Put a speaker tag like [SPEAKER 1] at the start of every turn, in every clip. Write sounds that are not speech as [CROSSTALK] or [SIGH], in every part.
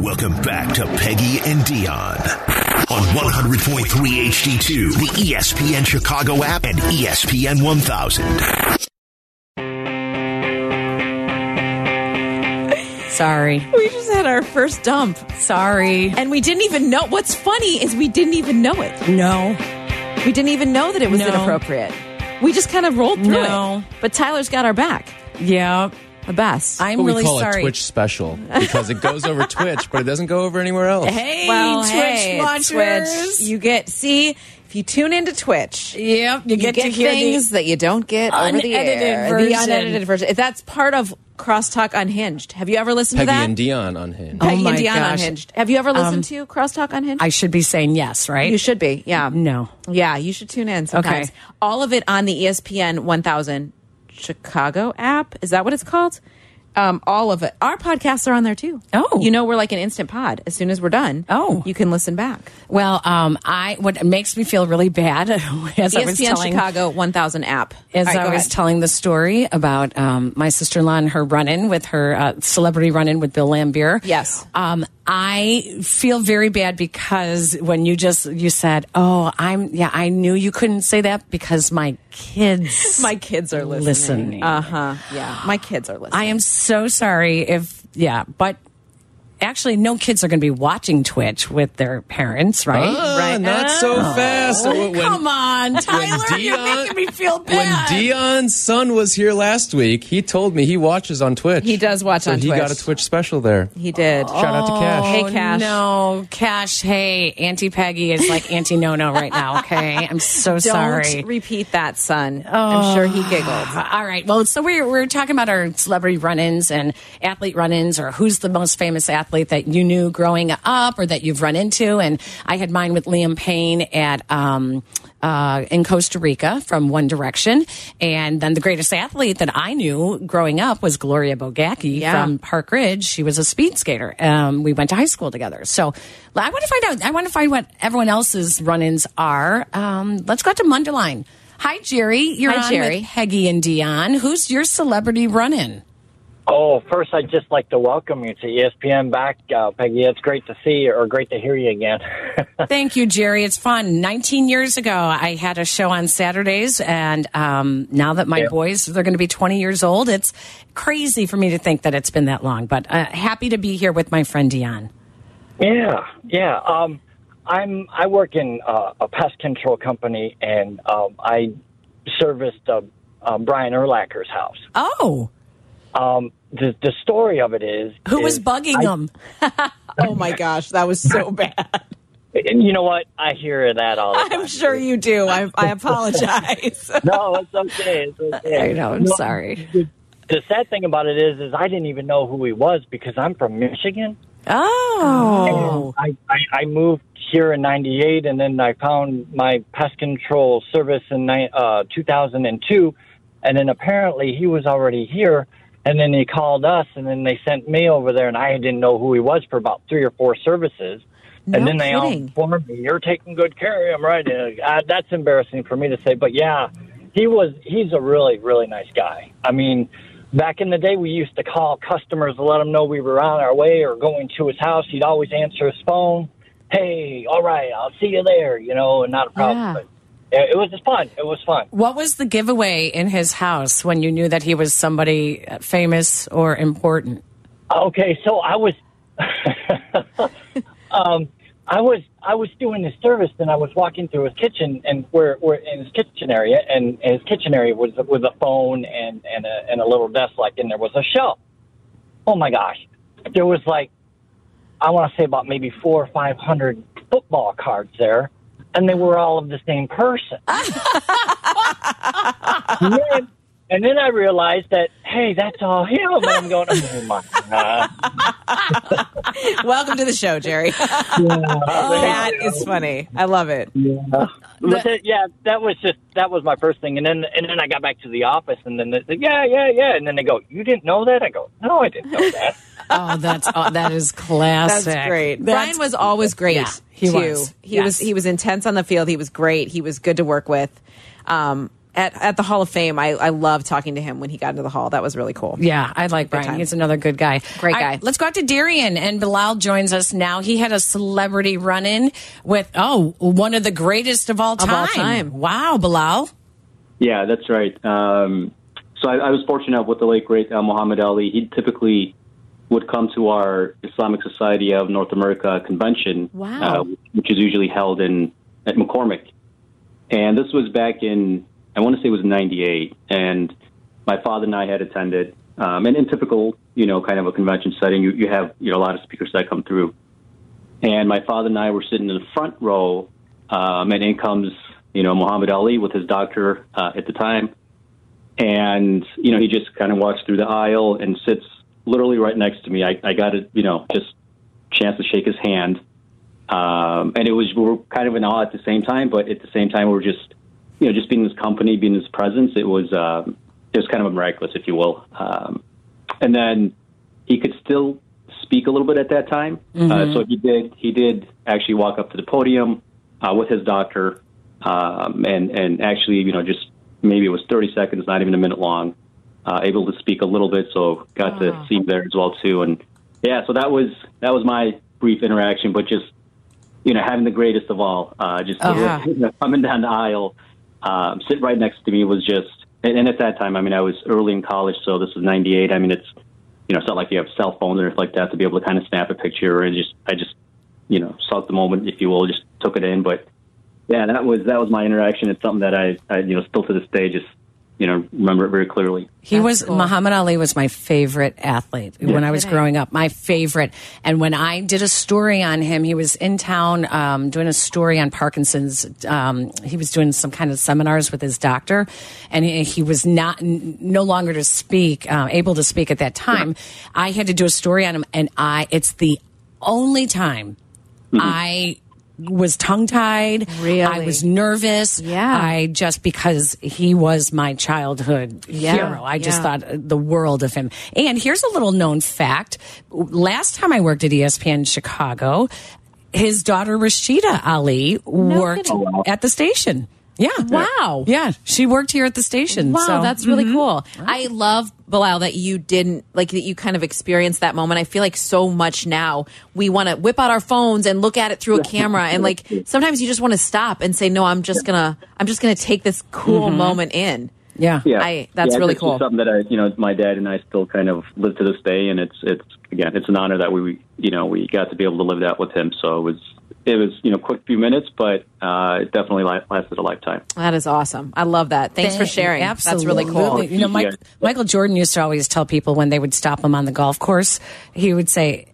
[SPEAKER 1] Welcome back to Peggy and Dion on 100.3 HD2, the E ESPN Chicago app, and E ESPN 1000.
[SPEAKER 2] Sorry.
[SPEAKER 3] We just had our first dump.
[SPEAKER 2] Sorry.
[SPEAKER 3] And we didn't even know. What's funny is we didn't even know it.
[SPEAKER 2] No.
[SPEAKER 3] We didn't even know that it was
[SPEAKER 2] No.
[SPEAKER 3] inappropriate. We just kind of rolled through
[SPEAKER 2] No.
[SPEAKER 3] it. But Tyler's got our back.
[SPEAKER 2] Yeah.
[SPEAKER 3] The best.
[SPEAKER 2] I'm
[SPEAKER 4] what we
[SPEAKER 2] really
[SPEAKER 4] call
[SPEAKER 2] sorry.
[SPEAKER 4] a Twitch special because it goes
[SPEAKER 3] [LAUGHS]
[SPEAKER 4] over Twitch, but it doesn't go over anywhere else.
[SPEAKER 2] Hey,
[SPEAKER 3] well,
[SPEAKER 2] Twitch
[SPEAKER 3] Oh, hey,
[SPEAKER 2] watchers.
[SPEAKER 3] Twitch. You get see if you tune into Twitch.
[SPEAKER 2] yep. You,
[SPEAKER 3] you get,
[SPEAKER 2] to hear
[SPEAKER 3] things that you don't get over the
[SPEAKER 2] unedited
[SPEAKER 3] air. The
[SPEAKER 2] version.
[SPEAKER 3] unedited version. If That's part of Crosstalk Unhinged. Have you ever listened
[SPEAKER 4] Peggy
[SPEAKER 3] to that?
[SPEAKER 4] and Dion on him.
[SPEAKER 2] Oh
[SPEAKER 3] Peggy
[SPEAKER 2] my
[SPEAKER 3] and Dion
[SPEAKER 2] gosh. Um,
[SPEAKER 3] Unhinged. Have you ever listened to Crosstalk Unhinged?
[SPEAKER 2] I should be saying yes, right?
[SPEAKER 3] you should be. Yeah.
[SPEAKER 2] No.
[SPEAKER 3] Yeah, you should tune in sometimes.
[SPEAKER 2] Okay.
[SPEAKER 3] All of it on the E ESPN 1000 Chicago app. Is that what it's called? Um, all of it. Our podcasts are on there too.
[SPEAKER 2] Oh.
[SPEAKER 3] You know, we're like an instant pod. As soon as we're done,
[SPEAKER 2] Oh.
[SPEAKER 3] you can listen back.
[SPEAKER 2] Well, um, I what makes me feel really bad [LAUGHS] as
[SPEAKER 3] E
[SPEAKER 2] I was
[SPEAKER 3] ESPN
[SPEAKER 2] telling
[SPEAKER 3] Chicago 1000 app.
[SPEAKER 2] as
[SPEAKER 3] All right,
[SPEAKER 2] I
[SPEAKER 3] go
[SPEAKER 2] was
[SPEAKER 3] ahead.
[SPEAKER 2] telling the story about um, my sister in law and her run in with her uh, celebrity run in with Bill Lambier.
[SPEAKER 3] Yes.
[SPEAKER 2] Um, I feel very bad because when you just you said, "Oh, I'm yeah, I knew you couldn't say that because my kids."
[SPEAKER 3] [LAUGHS] My kids are listening.
[SPEAKER 2] Listening.
[SPEAKER 3] Uh huh. Yeah. My kids are listening.
[SPEAKER 2] I am so sorry if yeah, but actually, no kids are going to be watching Twitch with their parents, right? Oh.
[SPEAKER 4] Ah,
[SPEAKER 3] right.
[SPEAKER 4] Not so fast. When-
[SPEAKER 2] Come on, Tyler, you're
[SPEAKER 4] Dion-
[SPEAKER 2] making me feel
[SPEAKER 4] When
[SPEAKER 2] bad.
[SPEAKER 4] Dion's son was here last week, he told me he watches on Twitch.
[SPEAKER 3] He does watch
[SPEAKER 4] so
[SPEAKER 3] on
[SPEAKER 4] he
[SPEAKER 3] Twitch.
[SPEAKER 4] got a Twitch special there.
[SPEAKER 3] He did.
[SPEAKER 4] Shout out to Cash.
[SPEAKER 3] Hey, Cash.
[SPEAKER 2] Oh, No, Cash. Hey, Auntie Peggy is like Auntie No No right now. Okay, I'm so
[SPEAKER 3] Don't
[SPEAKER 2] sorry. Oh.
[SPEAKER 3] repeat that, son. I'm sure he giggled.
[SPEAKER 2] All right. Well, so we're we're talking about our celebrity run-ins and athlete run-ins, or who's the most famous athlete that you knew growing up, or that you've run into. And I had mine with Liam Payne at. Um, uh, in Costa Rica from One Direction. And then the greatest athlete that I knew growing up was Gloria Bogacki
[SPEAKER 3] Yeah.
[SPEAKER 2] from Park Ridge. She was a speed skater. Um, we went to high school together. So I want to find out. I want to find what everyone else's run ins are. Um, let's go out to Mundelein. Hi, Jerry. You're
[SPEAKER 3] Hi,
[SPEAKER 2] on
[SPEAKER 3] Jerry.
[SPEAKER 2] with Peggy and Dion. Who's your celebrity run in?
[SPEAKER 5] Oh, first, I'd just like to welcome you to E ESPN back, uh, Peggy. It's great to see you, or great to hear you again. [LAUGHS]
[SPEAKER 2] Thank you, Jerry. It's fun. 19 years ago, I had a show on Saturdays, and um, now that my boys they're going to be 20 years old, it's crazy for me to think that it's been that long. But uh, happy to be here with my friend Dion.
[SPEAKER 5] yeah, yeah. Um, I'm. I work in uh, a pest control company, and um, I serviced uh, uh, Brian Erlacher's house.
[SPEAKER 2] Oh,
[SPEAKER 5] Um, the the story of it is
[SPEAKER 2] who was
[SPEAKER 5] is
[SPEAKER 2] bugging
[SPEAKER 5] I-
[SPEAKER 2] them?
[SPEAKER 3] [LAUGHS] Oh my gosh, that
[SPEAKER 2] [LAUGHS]
[SPEAKER 3] was so bad.
[SPEAKER 5] And you know what? I hear that
[SPEAKER 2] Oh
[SPEAKER 5] all. The time.
[SPEAKER 3] I'm sure you do. I,
[SPEAKER 2] [LAUGHS]
[SPEAKER 3] I apologize.
[SPEAKER 5] No, it's okay. It's okay.
[SPEAKER 2] I know. I'm
[SPEAKER 5] No,
[SPEAKER 2] sorry.
[SPEAKER 5] The sad thing about it is, is I didn't even know who he was because I'm from Michigan.
[SPEAKER 2] Oh,
[SPEAKER 5] I, I, I moved here in 98 and then I found my pest control service in ni- uh, 2002. And then apparently he was already here. And then he called us and then they sent me over there and I didn't know who he was for about three or four services.
[SPEAKER 3] No
[SPEAKER 5] and then they all
[SPEAKER 3] kidding.
[SPEAKER 5] informed me, you're taking good care of him, right? Uh, that's embarrassing for me to say. But yeah, he was, he's a really, really nice guy. I mean, back in the day, we used to call customers to let them know we were on our way or going to his house. He'd always answer his phone. Hey, all right, I'll see you there. You know, and not a problem.
[SPEAKER 2] Yeah.
[SPEAKER 5] But it, it was just fun. It was fun.
[SPEAKER 2] what was the giveaway in his house when you knew that he was somebody uh, famous or important?
[SPEAKER 5] Okay, so I was, [LAUGHS] um, I was, I was doing his service, and I was walking through his kitchen, and where, where in his kitchen area, and, and his kitchen area was was a phone and and a, and a little desk, like, and there was a shelf. Oh my gosh, there was like, I want to say about maybe four or five hundred football cards there, and they were all of the same person. And then- And then I realized that, hey, that's all him. And I'm going, oh my God.
[SPEAKER 3] Welcome to the show, Jerry. that is funny. I love it.
[SPEAKER 5] But that, yeah, that was just that was my first thing, and then and then I got back to the office, and then they said, yeah, yeah, yeah, and then they go, you didn't know that? I go, no, I didn't know that.
[SPEAKER 2] Oh, that's oh, that is classic.
[SPEAKER 3] That's great.
[SPEAKER 2] That's-
[SPEAKER 3] Brian was always great.
[SPEAKER 2] Yeah, he
[SPEAKER 3] too.
[SPEAKER 2] was.
[SPEAKER 3] He
[SPEAKER 2] Yes.
[SPEAKER 3] was. He was intense on the field. He was great. He was good to work with. Um, at, at the Hall of Fame, I, I love talking to him when he got into the hall. That was really cool.
[SPEAKER 2] Yeah, I like Brian.
[SPEAKER 3] time.
[SPEAKER 2] He's another good guy.
[SPEAKER 3] Great
[SPEAKER 2] All
[SPEAKER 3] guy.
[SPEAKER 2] right, let's go out to Darien, and Bilal joins us now. He had a celebrity run in with, oh, one of the greatest of all
[SPEAKER 3] Of
[SPEAKER 2] time.
[SPEAKER 3] all time.
[SPEAKER 2] Wow, Bilal.
[SPEAKER 6] Yeah, that's right. Um, so I, I was fortunate with the late great uh, Muhammad Ali. He typically would come to our Islamic Society of North America convention,
[SPEAKER 3] Wow.
[SPEAKER 6] uh, which is usually held in at McCormick. And this was back in I want to say it was '98, and my father and I had attended. Um, and in typical, you know, kind of a convention setting, you, you have you know a lot of speakers that come through. And my father and I were sitting in the front row, um, and in comes you know Muhammad Ali with his doctor uh, at the time, and you know he just kind of walks through the aisle and sits literally right next to me. I, I got a you know just chance to shake his hand, um, and it was we were kind of in awe at the same time, but at the same time we were just you know just being in his company, being in his presence. It was um, it was kind of miraculous, if you will. Um, and then he could still speak a little bit at that time. Uh, so he did. He did actually walk up to the podium uh, with his doctor, um, and and actually, you know, just maybe it was thirty seconds, not even a minute long. Uh, able to speak a little bit, so got to see him there as well too. And yeah, so that was that was my brief interaction, but just you know, having the greatest of all, uh, just
[SPEAKER 3] yeah.
[SPEAKER 6] [LAUGHS] you know, coming down the aisle, um, sit right next to me was just. And, and at that time, I mean, I was early in college, so this was '98. I mean, it's you know, it's not like you have cell phones or anything like that to be able to kind of snap a picture and just, I just, you know, saw the moment, if you will, just took it in. But yeah, that was, that was my interaction. It's something that I, I you know, still to this day, just, you know, remember it very clearly.
[SPEAKER 2] He
[SPEAKER 3] That's
[SPEAKER 2] was
[SPEAKER 3] cool.
[SPEAKER 2] Muhammad Ali was my favorite athlete when I was
[SPEAKER 3] Kidding.
[SPEAKER 2] growing up. My favorite, and when I did a story on him, he was in town um, doing a story on Parkinson's. Um, he was doing some kind of seminars with his doctor, and he, he was not n- no longer to speak, uh, able to speak at that time. I had to do a story on him, and I it's the only time
[SPEAKER 3] Mm-hmm.
[SPEAKER 2] I was tongue tied. I
[SPEAKER 3] Really?
[SPEAKER 2] was nervous.
[SPEAKER 3] Yeah.
[SPEAKER 2] I just because he was my childhood hero. I just
[SPEAKER 3] yeah.
[SPEAKER 2] thought uh, the world of him. And here's a little known fact. Last time I worked at E ESPN Chicago, his daughter Rashida Ali worked
[SPEAKER 3] kidding.
[SPEAKER 2] at the station. Yeah.
[SPEAKER 3] Wow.
[SPEAKER 2] Yeah. She worked here at the station.
[SPEAKER 3] Wow,
[SPEAKER 2] so- mm-hmm.
[SPEAKER 3] that's really cool. I love Bilal that you didn't like that you kind of experienced that moment. I feel like so much now we want to whip out our phones and look at it through a camera, and like sometimes you just want to stop and say, "No, I'm just gonna, I'm just gonna take this cool
[SPEAKER 2] Mm-hmm.
[SPEAKER 3] moment in."
[SPEAKER 2] Yeah.
[SPEAKER 6] Yeah.
[SPEAKER 3] I- that's
[SPEAKER 6] Yeah,
[SPEAKER 3] really
[SPEAKER 6] just
[SPEAKER 3] cool.
[SPEAKER 6] Something that I, you know, my dad and I still kind of live to this day. And it's, it's, again, it's an honor that we, you know, we got to be able to live that with him. So it was, it was, you know, quick few minutes, but uh, it definitely la- lasted a lifetime.
[SPEAKER 3] That is awesome. I love that. Thanks for
[SPEAKER 2] Thank-
[SPEAKER 3] sharing.
[SPEAKER 2] Absolutely.
[SPEAKER 3] That's really cool.
[SPEAKER 2] You know, Mike,
[SPEAKER 6] Yeah.
[SPEAKER 2] Michael Jordan used to always tell people when they would stop him on the golf course, he would say,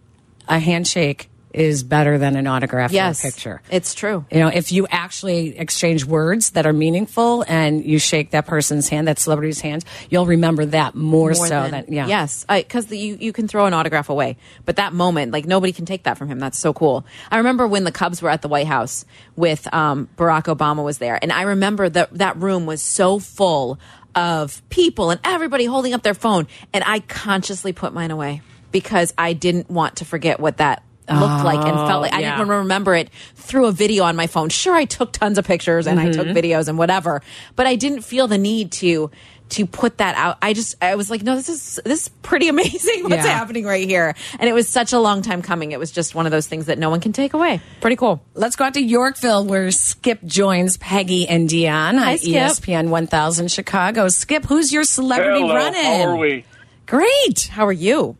[SPEAKER 2] "A handshake is better than an autograph
[SPEAKER 3] Yes,
[SPEAKER 2] or a picture."
[SPEAKER 3] It's true.
[SPEAKER 2] you know, if you actually exchange words that are meaningful and you shake that person's hand, that celebrity's hand, you'll remember that more,
[SPEAKER 3] More
[SPEAKER 2] so
[SPEAKER 3] than-
[SPEAKER 2] than yeah.
[SPEAKER 3] yes because you, you can throw an autograph away but that moment like nobody can take that from him that's so cool i remember when the cubs were at the white house with um, barack obama was there and i remember that that room was so full of people and everybody holding up their phone and i consciously put mine away because i didn't want to forget what that looked like and felt like i
[SPEAKER 2] Oh, yeah.
[SPEAKER 3] didn't want to remember it through a video on my phone. Sure, I took tons of pictures and I took
[SPEAKER 2] Mm-hmm.
[SPEAKER 3] videos and whatever, but I didn't feel the need to to put that out. I just I was like, no, this is this is pretty [LAUGHS] amazing what's
[SPEAKER 2] Yeah.
[SPEAKER 3] happening right here. And it was such a long time coming. It was just one of those things that no one can take away. Pretty cool.
[SPEAKER 2] Let's go out to Yorkville where Skip joins Peggy and Dion E
[SPEAKER 3] Hi,
[SPEAKER 2] on
[SPEAKER 3] Skip.
[SPEAKER 2] ESPN 1000 Chicago. Skip, who's your celebrity
[SPEAKER 7] Hello,
[SPEAKER 2] running?
[SPEAKER 7] How are we?
[SPEAKER 2] Great.
[SPEAKER 3] How are you?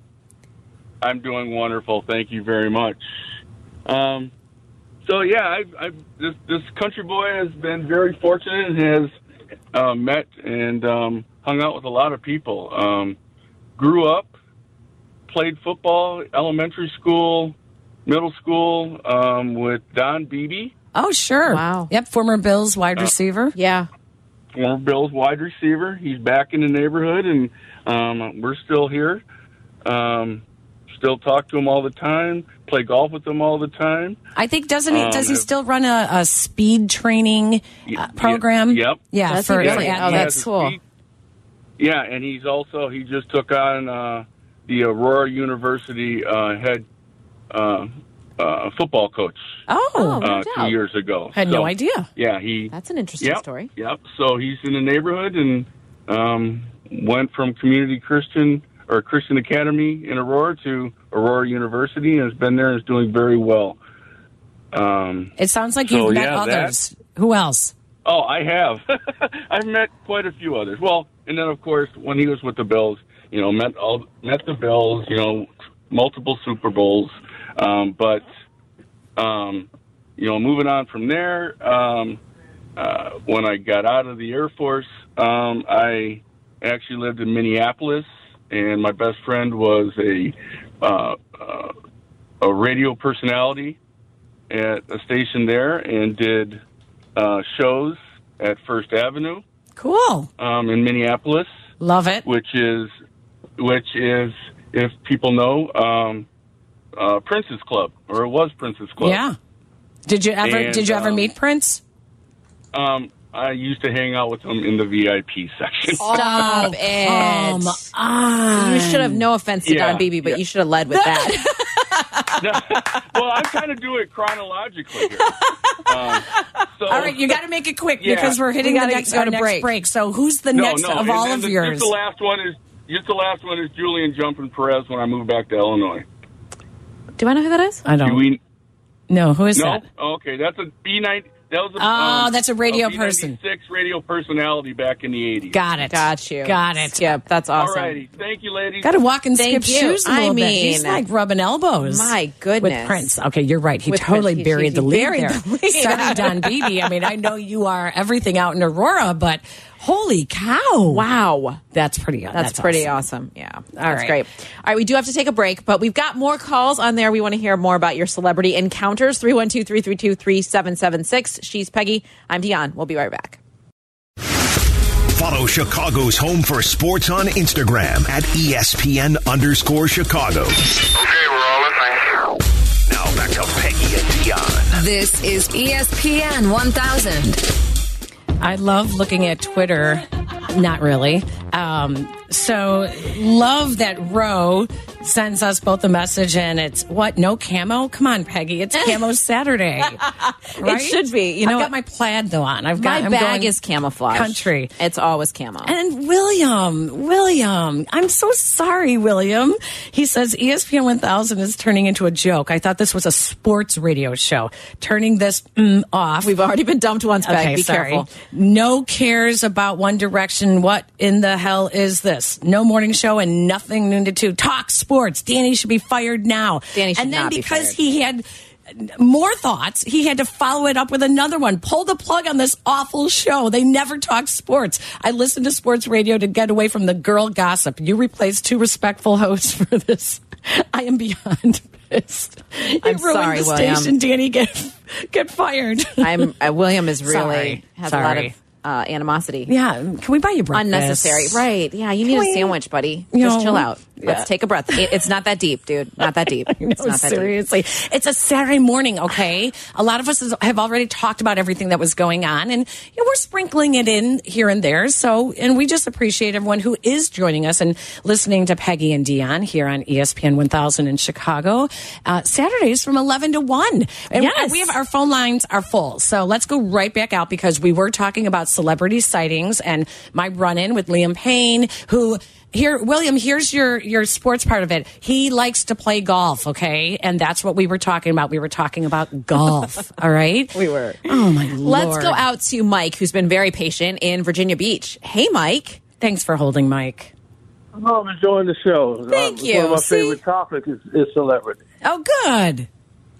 [SPEAKER 7] I'm doing wonderful. Thank you very much. Um, so yeah, I, I, this this country boy has been very fortunate and has uh, met and um, hung out with a lot of people. Um, grew up, played football, elementary school, middle school um, with Don Beebe,
[SPEAKER 2] Oh, sure.
[SPEAKER 3] Wow.
[SPEAKER 2] Yep, former Bills
[SPEAKER 7] Uh,
[SPEAKER 2] wide receiver.
[SPEAKER 3] Yeah.
[SPEAKER 7] former Bills wide receiver. He's back in the neighborhood, and um, we're still here. Um, still talk to him all the time. Play golf with him all the time.
[SPEAKER 2] I think doesn't he
[SPEAKER 7] Um,
[SPEAKER 2] does he
[SPEAKER 7] if-
[SPEAKER 2] still run a, a speed training uh,
[SPEAKER 7] Y-
[SPEAKER 2] program?
[SPEAKER 7] yep.
[SPEAKER 2] Yeah,
[SPEAKER 3] Does he
[SPEAKER 2] for,
[SPEAKER 3] really?
[SPEAKER 2] for
[SPEAKER 3] Oh,
[SPEAKER 7] Yeah, he
[SPEAKER 2] athletes.
[SPEAKER 3] that's
[SPEAKER 7] has a
[SPEAKER 3] cool.
[SPEAKER 7] speed- Yeah, and he's also he just took on uh, the Aurora University uh, head uh, uh, football coach
[SPEAKER 2] Oh,
[SPEAKER 3] Oh.
[SPEAKER 7] uh,
[SPEAKER 3] No doubt.
[SPEAKER 7] two years ago.
[SPEAKER 2] had
[SPEAKER 7] So,
[SPEAKER 2] no idea.
[SPEAKER 7] Yeah, he
[SPEAKER 3] That's an interesting
[SPEAKER 7] yep,
[SPEAKER 3] story.
[SPEAKER 7] Yep. So he's in the neighborhood and um, went from community Christian or Christian Academy in Aurora to Aurora University and has been there and is doing very well. Um,
[SPEAKER 2] It sounds like
[SPEAKER 7] So,
[SPEAKER 2] you've met
[SPEAKER 7] yeah, that-
[SPEAKER 2] others. Who else?
[SPEAKER 7] oh, I have. [LAUGHS] I've met quite a few others. Well, and then of course when he was with the Bills, you know, met all met the Bills, you know, multiple Super Bowls, um, but um, you know, moving on from there, um, uh, when I got out of the Air Force, um, I actually lived in Minneapolis, and my best friend was a uh, uh, a radio personality at a station there, and did uh, shows at First Avenue
[SPEAKER 2] Cool.
[SPEAKER 7] um, in Minneapolis,
[SPEAKER 2] Love it.
[SPEAKER 7] which is which is if people know um, uh, Prince's Club, or it was Prince's Club.
[SPEAKER 2] yeah. Did you ever
[SPEAKER 7] And,
[SPEAKER 2] did you ever
[SPEAKER 7] um,
[SPEAKER 2] meet Prince?
[SPEAKER 7] Um, I used to hang out with him in the VIP section.
[SPEAKER 3] Stop it.
[SPEAKER 2] Um, ah.
[SPEAKER 3] you should have no offense to
[SPEAKER 7] Yeah,
[SPEAKER 3] Don Beebe, but
[SPEAKER 7] yeah.
[SPEAKER 3] you should have led with that.
[SPEAKER 7] [LAUGHS] well, I kind of do it chronologically. Here. Um, so,
[SPEAKER 2] All right, you got to make it quick
[SPEAKER 7] Yeah.
[SPEAKER 2] because [LAUGHS] we're hitting
[SPEAKER 3] We
[SPEAKER 2] the
[SPEAKER 3] gotta
[SPEAKER 2] next,
[SPEAKER 3] go
[SPEAKER 2] our
[SPEAKER 3] to
[SPEAKER 2] next break.
[SPEAKER 3] break.
[SPEAKER 2] So who's [LAUGHS] the
[SPEAKER 7] no,
[SPEAKER 2] next
[SPEAKER 7] no,
[SPEAKER 2] of
[SPEAKER 7] and
[SPEAKER 2] all
[SPEAKER 7] then
[SPEAKER 2] of
[SPEAKER 7] the,
[SPEAKER 2] yours?
[SPEAKER 7] Just the last one is just the last one is Julian Jumpin Perez when I moved back to Illinois.
[SPEAKER 3] Do I know who that is?
[SPEAKER 2] I
[SPEAKER 7] Do
[SPEAKER 2] don't
[SPEAKER 7] we?
[SPEAKER 2] know. Who is
[SPEAKER 7] No.
[SPEAKER 2] that?
[SPEAKER 7] Okay, that's a B nine. That was a, um,
[SPEAKER 2] Oh, that's a radio person.
[SPEAKER 7] Six radio personality back in the eighties.
[SPEAKER 2] Got it.
[SPEAKER 3] Got you.
[SPEAKER 2] Got it.
[SPEAKER 3] Skip. That's
[SPEAKER 7] All
[SPEAKER 3] awesome.
[SPEAKER 7] righty, thank you, ladies.
[SPEAKER 2] Got to walk and
[SPEAKER 3] Thank
[SPEAKER 2] skip
[SPEAKER 3] you.
[SPEAKER 2] shoes a
[SPEAKER 3] I
[SPEAKER 2] little bit. He's
[SPEAKER 3] mean,
[SPEAKER 2] like rubbing elbows.
[SPEAKER 3] my goodness.
[SPEAKER 2] With Prince. Okay, you're right. He
[SPEAKER 3] With
[SPEAKER 2] totally
[SPEAKER 3] Prince. He-
[SPEAKER 2] buried
[SPEAKER 3] he
[SPEAKER 2] the lead
[SPEAKER 3] buried
[SPEAKER 2] there.
[SPEAKER 3] the [LAUGHS] lead.
[SPEAKER 2] Sorry, Don Beebe. I mean, I know you are everything out in Aurora, but holy cow.
[SPEAKER 3] Wow.
[SPEAKER 2] That's pretty
[SPEAKER 3] That's, pretty awesome. Yeah. that's
[SPEAKER 2] right.
[SPEAKER 3] great. All right. We do have to take a break, but we've got more calls on there. We want to hear more about your celebrity encounters. 312 332 3776. She's Peggy. I'm Dion. We'll be right back.
[SPEAKER 1] Follow Chicago's Home for Sports on Instagram at E ESPN underscore Chicago.
[SPEAKER 8] Okay, we're all listening.
[SPEAKER 1] Now back to Peggy and Dion.
[SPEAKER 9] This is E ESPN 1000.
[SPEAKER 2] I love looking at Twitter. Not really. Um, so love that Roe sends us both a message, and it's what? No camo? Come on, Peggy. It's camo Saturday. right?
[SPEAKER 3] should be. You know
[SPEAKER 2] I've
[SPEAKER 3] what?
[SPEAKER 2] got my plaid though on. I've
[SPEAKER 3] My
[SPEAKER 2] got I'm
[SPEAKER 3] bag
[SPEAKER 2] going
[SPEAKER 3] is camouflage.
[SPEAKER 2] country.
[SPEAKER 3] It's always camo.
[SPEAKER 2] And William, William, I'm so sorry, William. He says E ESPN 1000 is turning into a joke. I thought this was a sports radio show. Turning this mm, off.
[SPEAKER 3] We've already been dumped once, Peg. Be careful.
[SPEAKER 2] No cares about One Direction. What in the hell is this? No morning show and nothing noon to two. Talk sports. Danny should be fired now.
[SPEAKER 3] Danny should
[SPEAKER 2] and then
[SPEAKER 3] not be
[SPEAKER 2] because
[SPEAKER 3] fired.
[SPEAKER 2] he had more thoughts, he had to follow it up with another one. Pull the plug on this awful show. They never talk sports. I listen to sports radio to get away from the girl gossip. You replace two respectful hosts [LAUGHS] for this. I am beyond [LAUGHS] pissed. You
[SPEAKER 3] I'm
[SPEAKER 2] ruined
[SPEAKER 3] sorry,
[SPEAKER 2] the
[SPEAKER 3] William.
[SPEAKER 2] station. Danny, get get fired.
[SPEAKER 3] I'm, uh,
[SPEAKER 2] [LAUGHS]
[SPEAKER 3] William is really
[SPEAKER 2] Sorry.
[SPEAKER 3] has a lot
[SPEAKER 2] Sorry.
[SPEAKER 3] of uh, animosity.
[SPEAKER 2] Yeah, can we buy you breakfast?
[SPEAKER 3] Unnecessary. Right. Yeah. You need
[SPEAKER 2] we-
[SPEAKER 3] a sandwich, buddy.
[SPEAKER 2] You
[SPEAKER 3] Just
[SPEAKER 2] know,
[SPEAKER 3] chill out.
[SPEAKER 2] yeah.
[SPEAKER 3] Let's take a breath. It- it's not that deep, dude. Not
[SPEAKER 2] [LAUGHS]
[SPEAKER 3] that deep. it's
[SPEAKER 2] No,
[SPEAKER 3] not that deep.
[SPEAKER 2] seriously. It's a Saturday morning, okay? A lot of us is- have already talked about everything that was going on, and you know, we're sprinkling it in here and there. So, and we just appreciate everyone who is joining us and listening to Peggy and Dion here on E ESPN 1000 in Chicago. Uh, Saturdays from 11 to 1. And
[SPEAKER 3] Yes.
[SPEAKER 2] we have our phone lines are full. So let's go right back out because we were talking about celebrity sightings and my run in with Liam Payne, who here, William, here's your, your sports part of it. He likes to play golf. Okay. And that's what we were talking about. We were talking about
[SPEAKER 3] [LAUGHS]
[SPEAKER 2] golf. all right. We
[SPEAKER 3] were.
[SPEAKER 2] Oh my
[SPEAKER 3] Let's
[SPEAKER 2] Lord.
[SPEAKER 3] go out to Mike, who's been very patient in Virginia Beach. Hey, Mike.
[SPEAKER 2] Thanks for holding Mike.
[SPEAKER 10] I'm enjoying the show.
[SPEAKER 3] Thank
[SPEAKER 10] Uh,
[SPEAKER 3] you.
[SPEAKER 10] One of my
[SPEAKER 3] See?
[SPEAKER 10] favorite topics is, is celebrity.
[SPEAKER 2] Oh, good.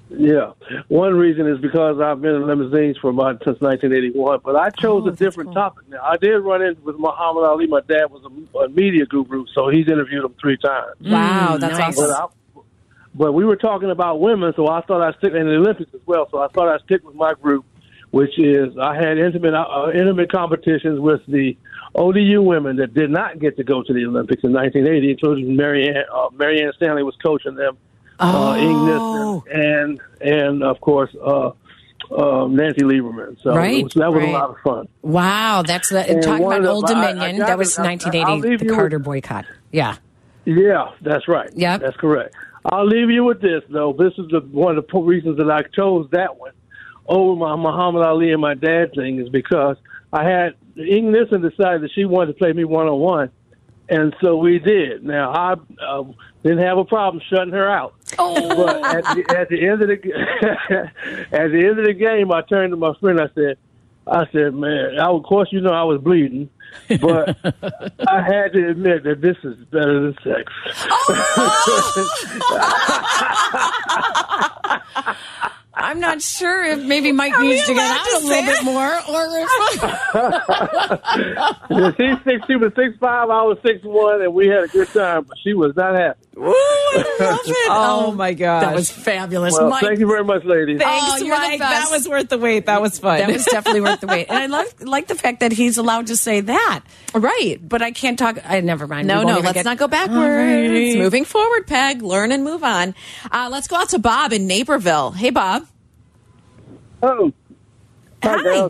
[SPEAKER 10] Yeah. One reason is because I've been in limousines for about since 1981, but I chose
[SPEAKER 3] Oh,
[SPEAKER 10] a different topic. Now, I did run in with Muhammad Ali. My dad was a, a media guru, so he's interviewed him three times.
[SPEAKER 3] Wow,
[SPEAKER 11] Mm,
[SPEAKER 3] that's
[SPEAKER 2] Mm, nice.
[SPEAKER 10] But
[SPEAKER 3] awesome.
[SPEAKER 10] I, but we were talking about women, so I thought I'd stick in the Olympics as well. So I thought I'd stick with my group, which is I had intimate uh, intimate competitions with the ODU women that did not get to go to the Olympics in 1980, including Marianne. Uh, Marianne Stanley was coaching them. Uh,
[SPEAKER 2] Oh.
[SPEAKER 10] Ignis and and of course uh, um, Nancy Lieberman. So it
[SPEAKER 2] Right,
[SPEAKER 10] was- that was
[SPEAKER 3] right.
[SPEAKER 10] a lot of fun.
[SPEAKER 2] Wow. That's the,
[SPEAKER 10] And
[SPEAKER 2] talking
[SPEAKER 10] one
[SPEAKER 2] about
[SPEAKER 10] of the-
[SPEAKER 2] Old
[SPEAKER 10] I- I
[SPEAKER 2] Dominion.
[SPEAKER 10] got
[SPEAKER 2] that
[SPEAKER 10] it.
[SPEAKER 2] was
[SPEAKER 10] I- I'll
[SPEAKER 2] 1980,
[SPEAKER 10] leave
[SPEAKER 2] the
[SPEAKER 10] you with-
[SPEAKER 2] Carter boycott. Yeah.
[SPEAKER 10] Yeah, that's right.
[SPEAKER 2] Yep.
[SPEAKER 10] that's correct. I'll leave you with this though. This is the, one of the po- reasons that I chose that one over my Muhammad Ali and my dad thing is because I had Ing Nissen decided that she wanted to play me one on one, and so we did. Now I uh, didn't have a problem shutting her out.
[SPEAKER 2] Oh. [LAUGHS]
[SPEAKER 10] But at the, at the end of the g- [LAUGHS] at the end of the game, I turned to my friend. I said, I said, man, I, of course you know I was bleeding,
[SPEAKER 2] [LAUGHS]
[SPEAKER 10] but I had to admit that this is better than sex.
[SPEAKER 2] Oh! I'm not sure if maybe Mike needs to get
[SPEAKER 10] allowed
[SPEAKER 2] out
[SPEAKER 10] to
[SPEAKER 2] a little bit more, [LAUGHS] or if
[SPEAKER 10] Yeah, [LAUGHS] she, six, she was six five, I was six one, and we had a good time. But she was not happy.
[SPEAKER 2] [LAUGHS]
[SPEAKER 12] Oh, my god,
[SPEAKER 2] that was fabulous,
[SPEAKER 10] Well,
[SPEAKER 2] Mike.
[SPEAKER 10] thank you very much, ladies.
[SPEAKER 12] Thanks,
[SPEAKER 3] [LAUGHS]
[SPEAKER 2] Oh, you're the
[SPEAKER 12] Mike. That
[SPEAKER 2] best.
[SPEAKER 12] was worth the wait. That was fun.
[SPEAKER 2] That was definitely worth the
[SPEAKER 3] [LAUGHS]
[SPEAKER 2] wait, and I like like the fact that he's allowed to say that,
[SPEAKER 3] Right.
[SPEAKER 2] but I can't talk. I never mind.
[SPEAKER 3] No,
[SPEAKER 2] We won't
[SPEAKER 3] no,
[SPEAKER 2] even
[SPEAKER 3] let's
[SPEAKER 2] get-
[SPEAKER 3] not go backwards.
[SPEAKER 2] All right.
[SPEAKER 3] Moving forward, Peg. Learn and move on. Uh, let's go out to Bob in Naperville. Hey, Bob.
[SPEAKER 13] Oh.
[SPEAKER 3] Hi.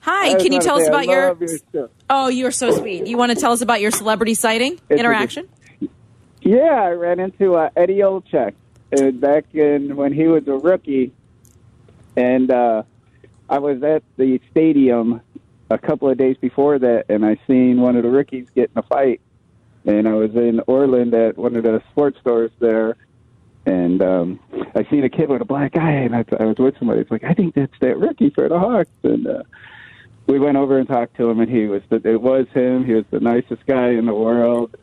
[SPEAKER 3] Hi. Can you tell us about your. Oh, you are so sweet. You want to tell us about your celebrity sighting
[SPEAKER 13] It's
[SPEAKER 3] interaction?
[SPEAKER 13] Yeah, I ran into uh, Eddie Olchek uh, back in when he was a rookie, and uh, I was at the stadium a couple of days before that, and I seen one of the rookies get in a fight, and I was in Orland at one of the sports stores there, and um, I seen a kid with a black eye, and I, I was with somebody. It's like I think that's that rookie for the Hawks, and. Uh, we went over and talked to him, and he was the, it was him. He was the nicest guy in the world.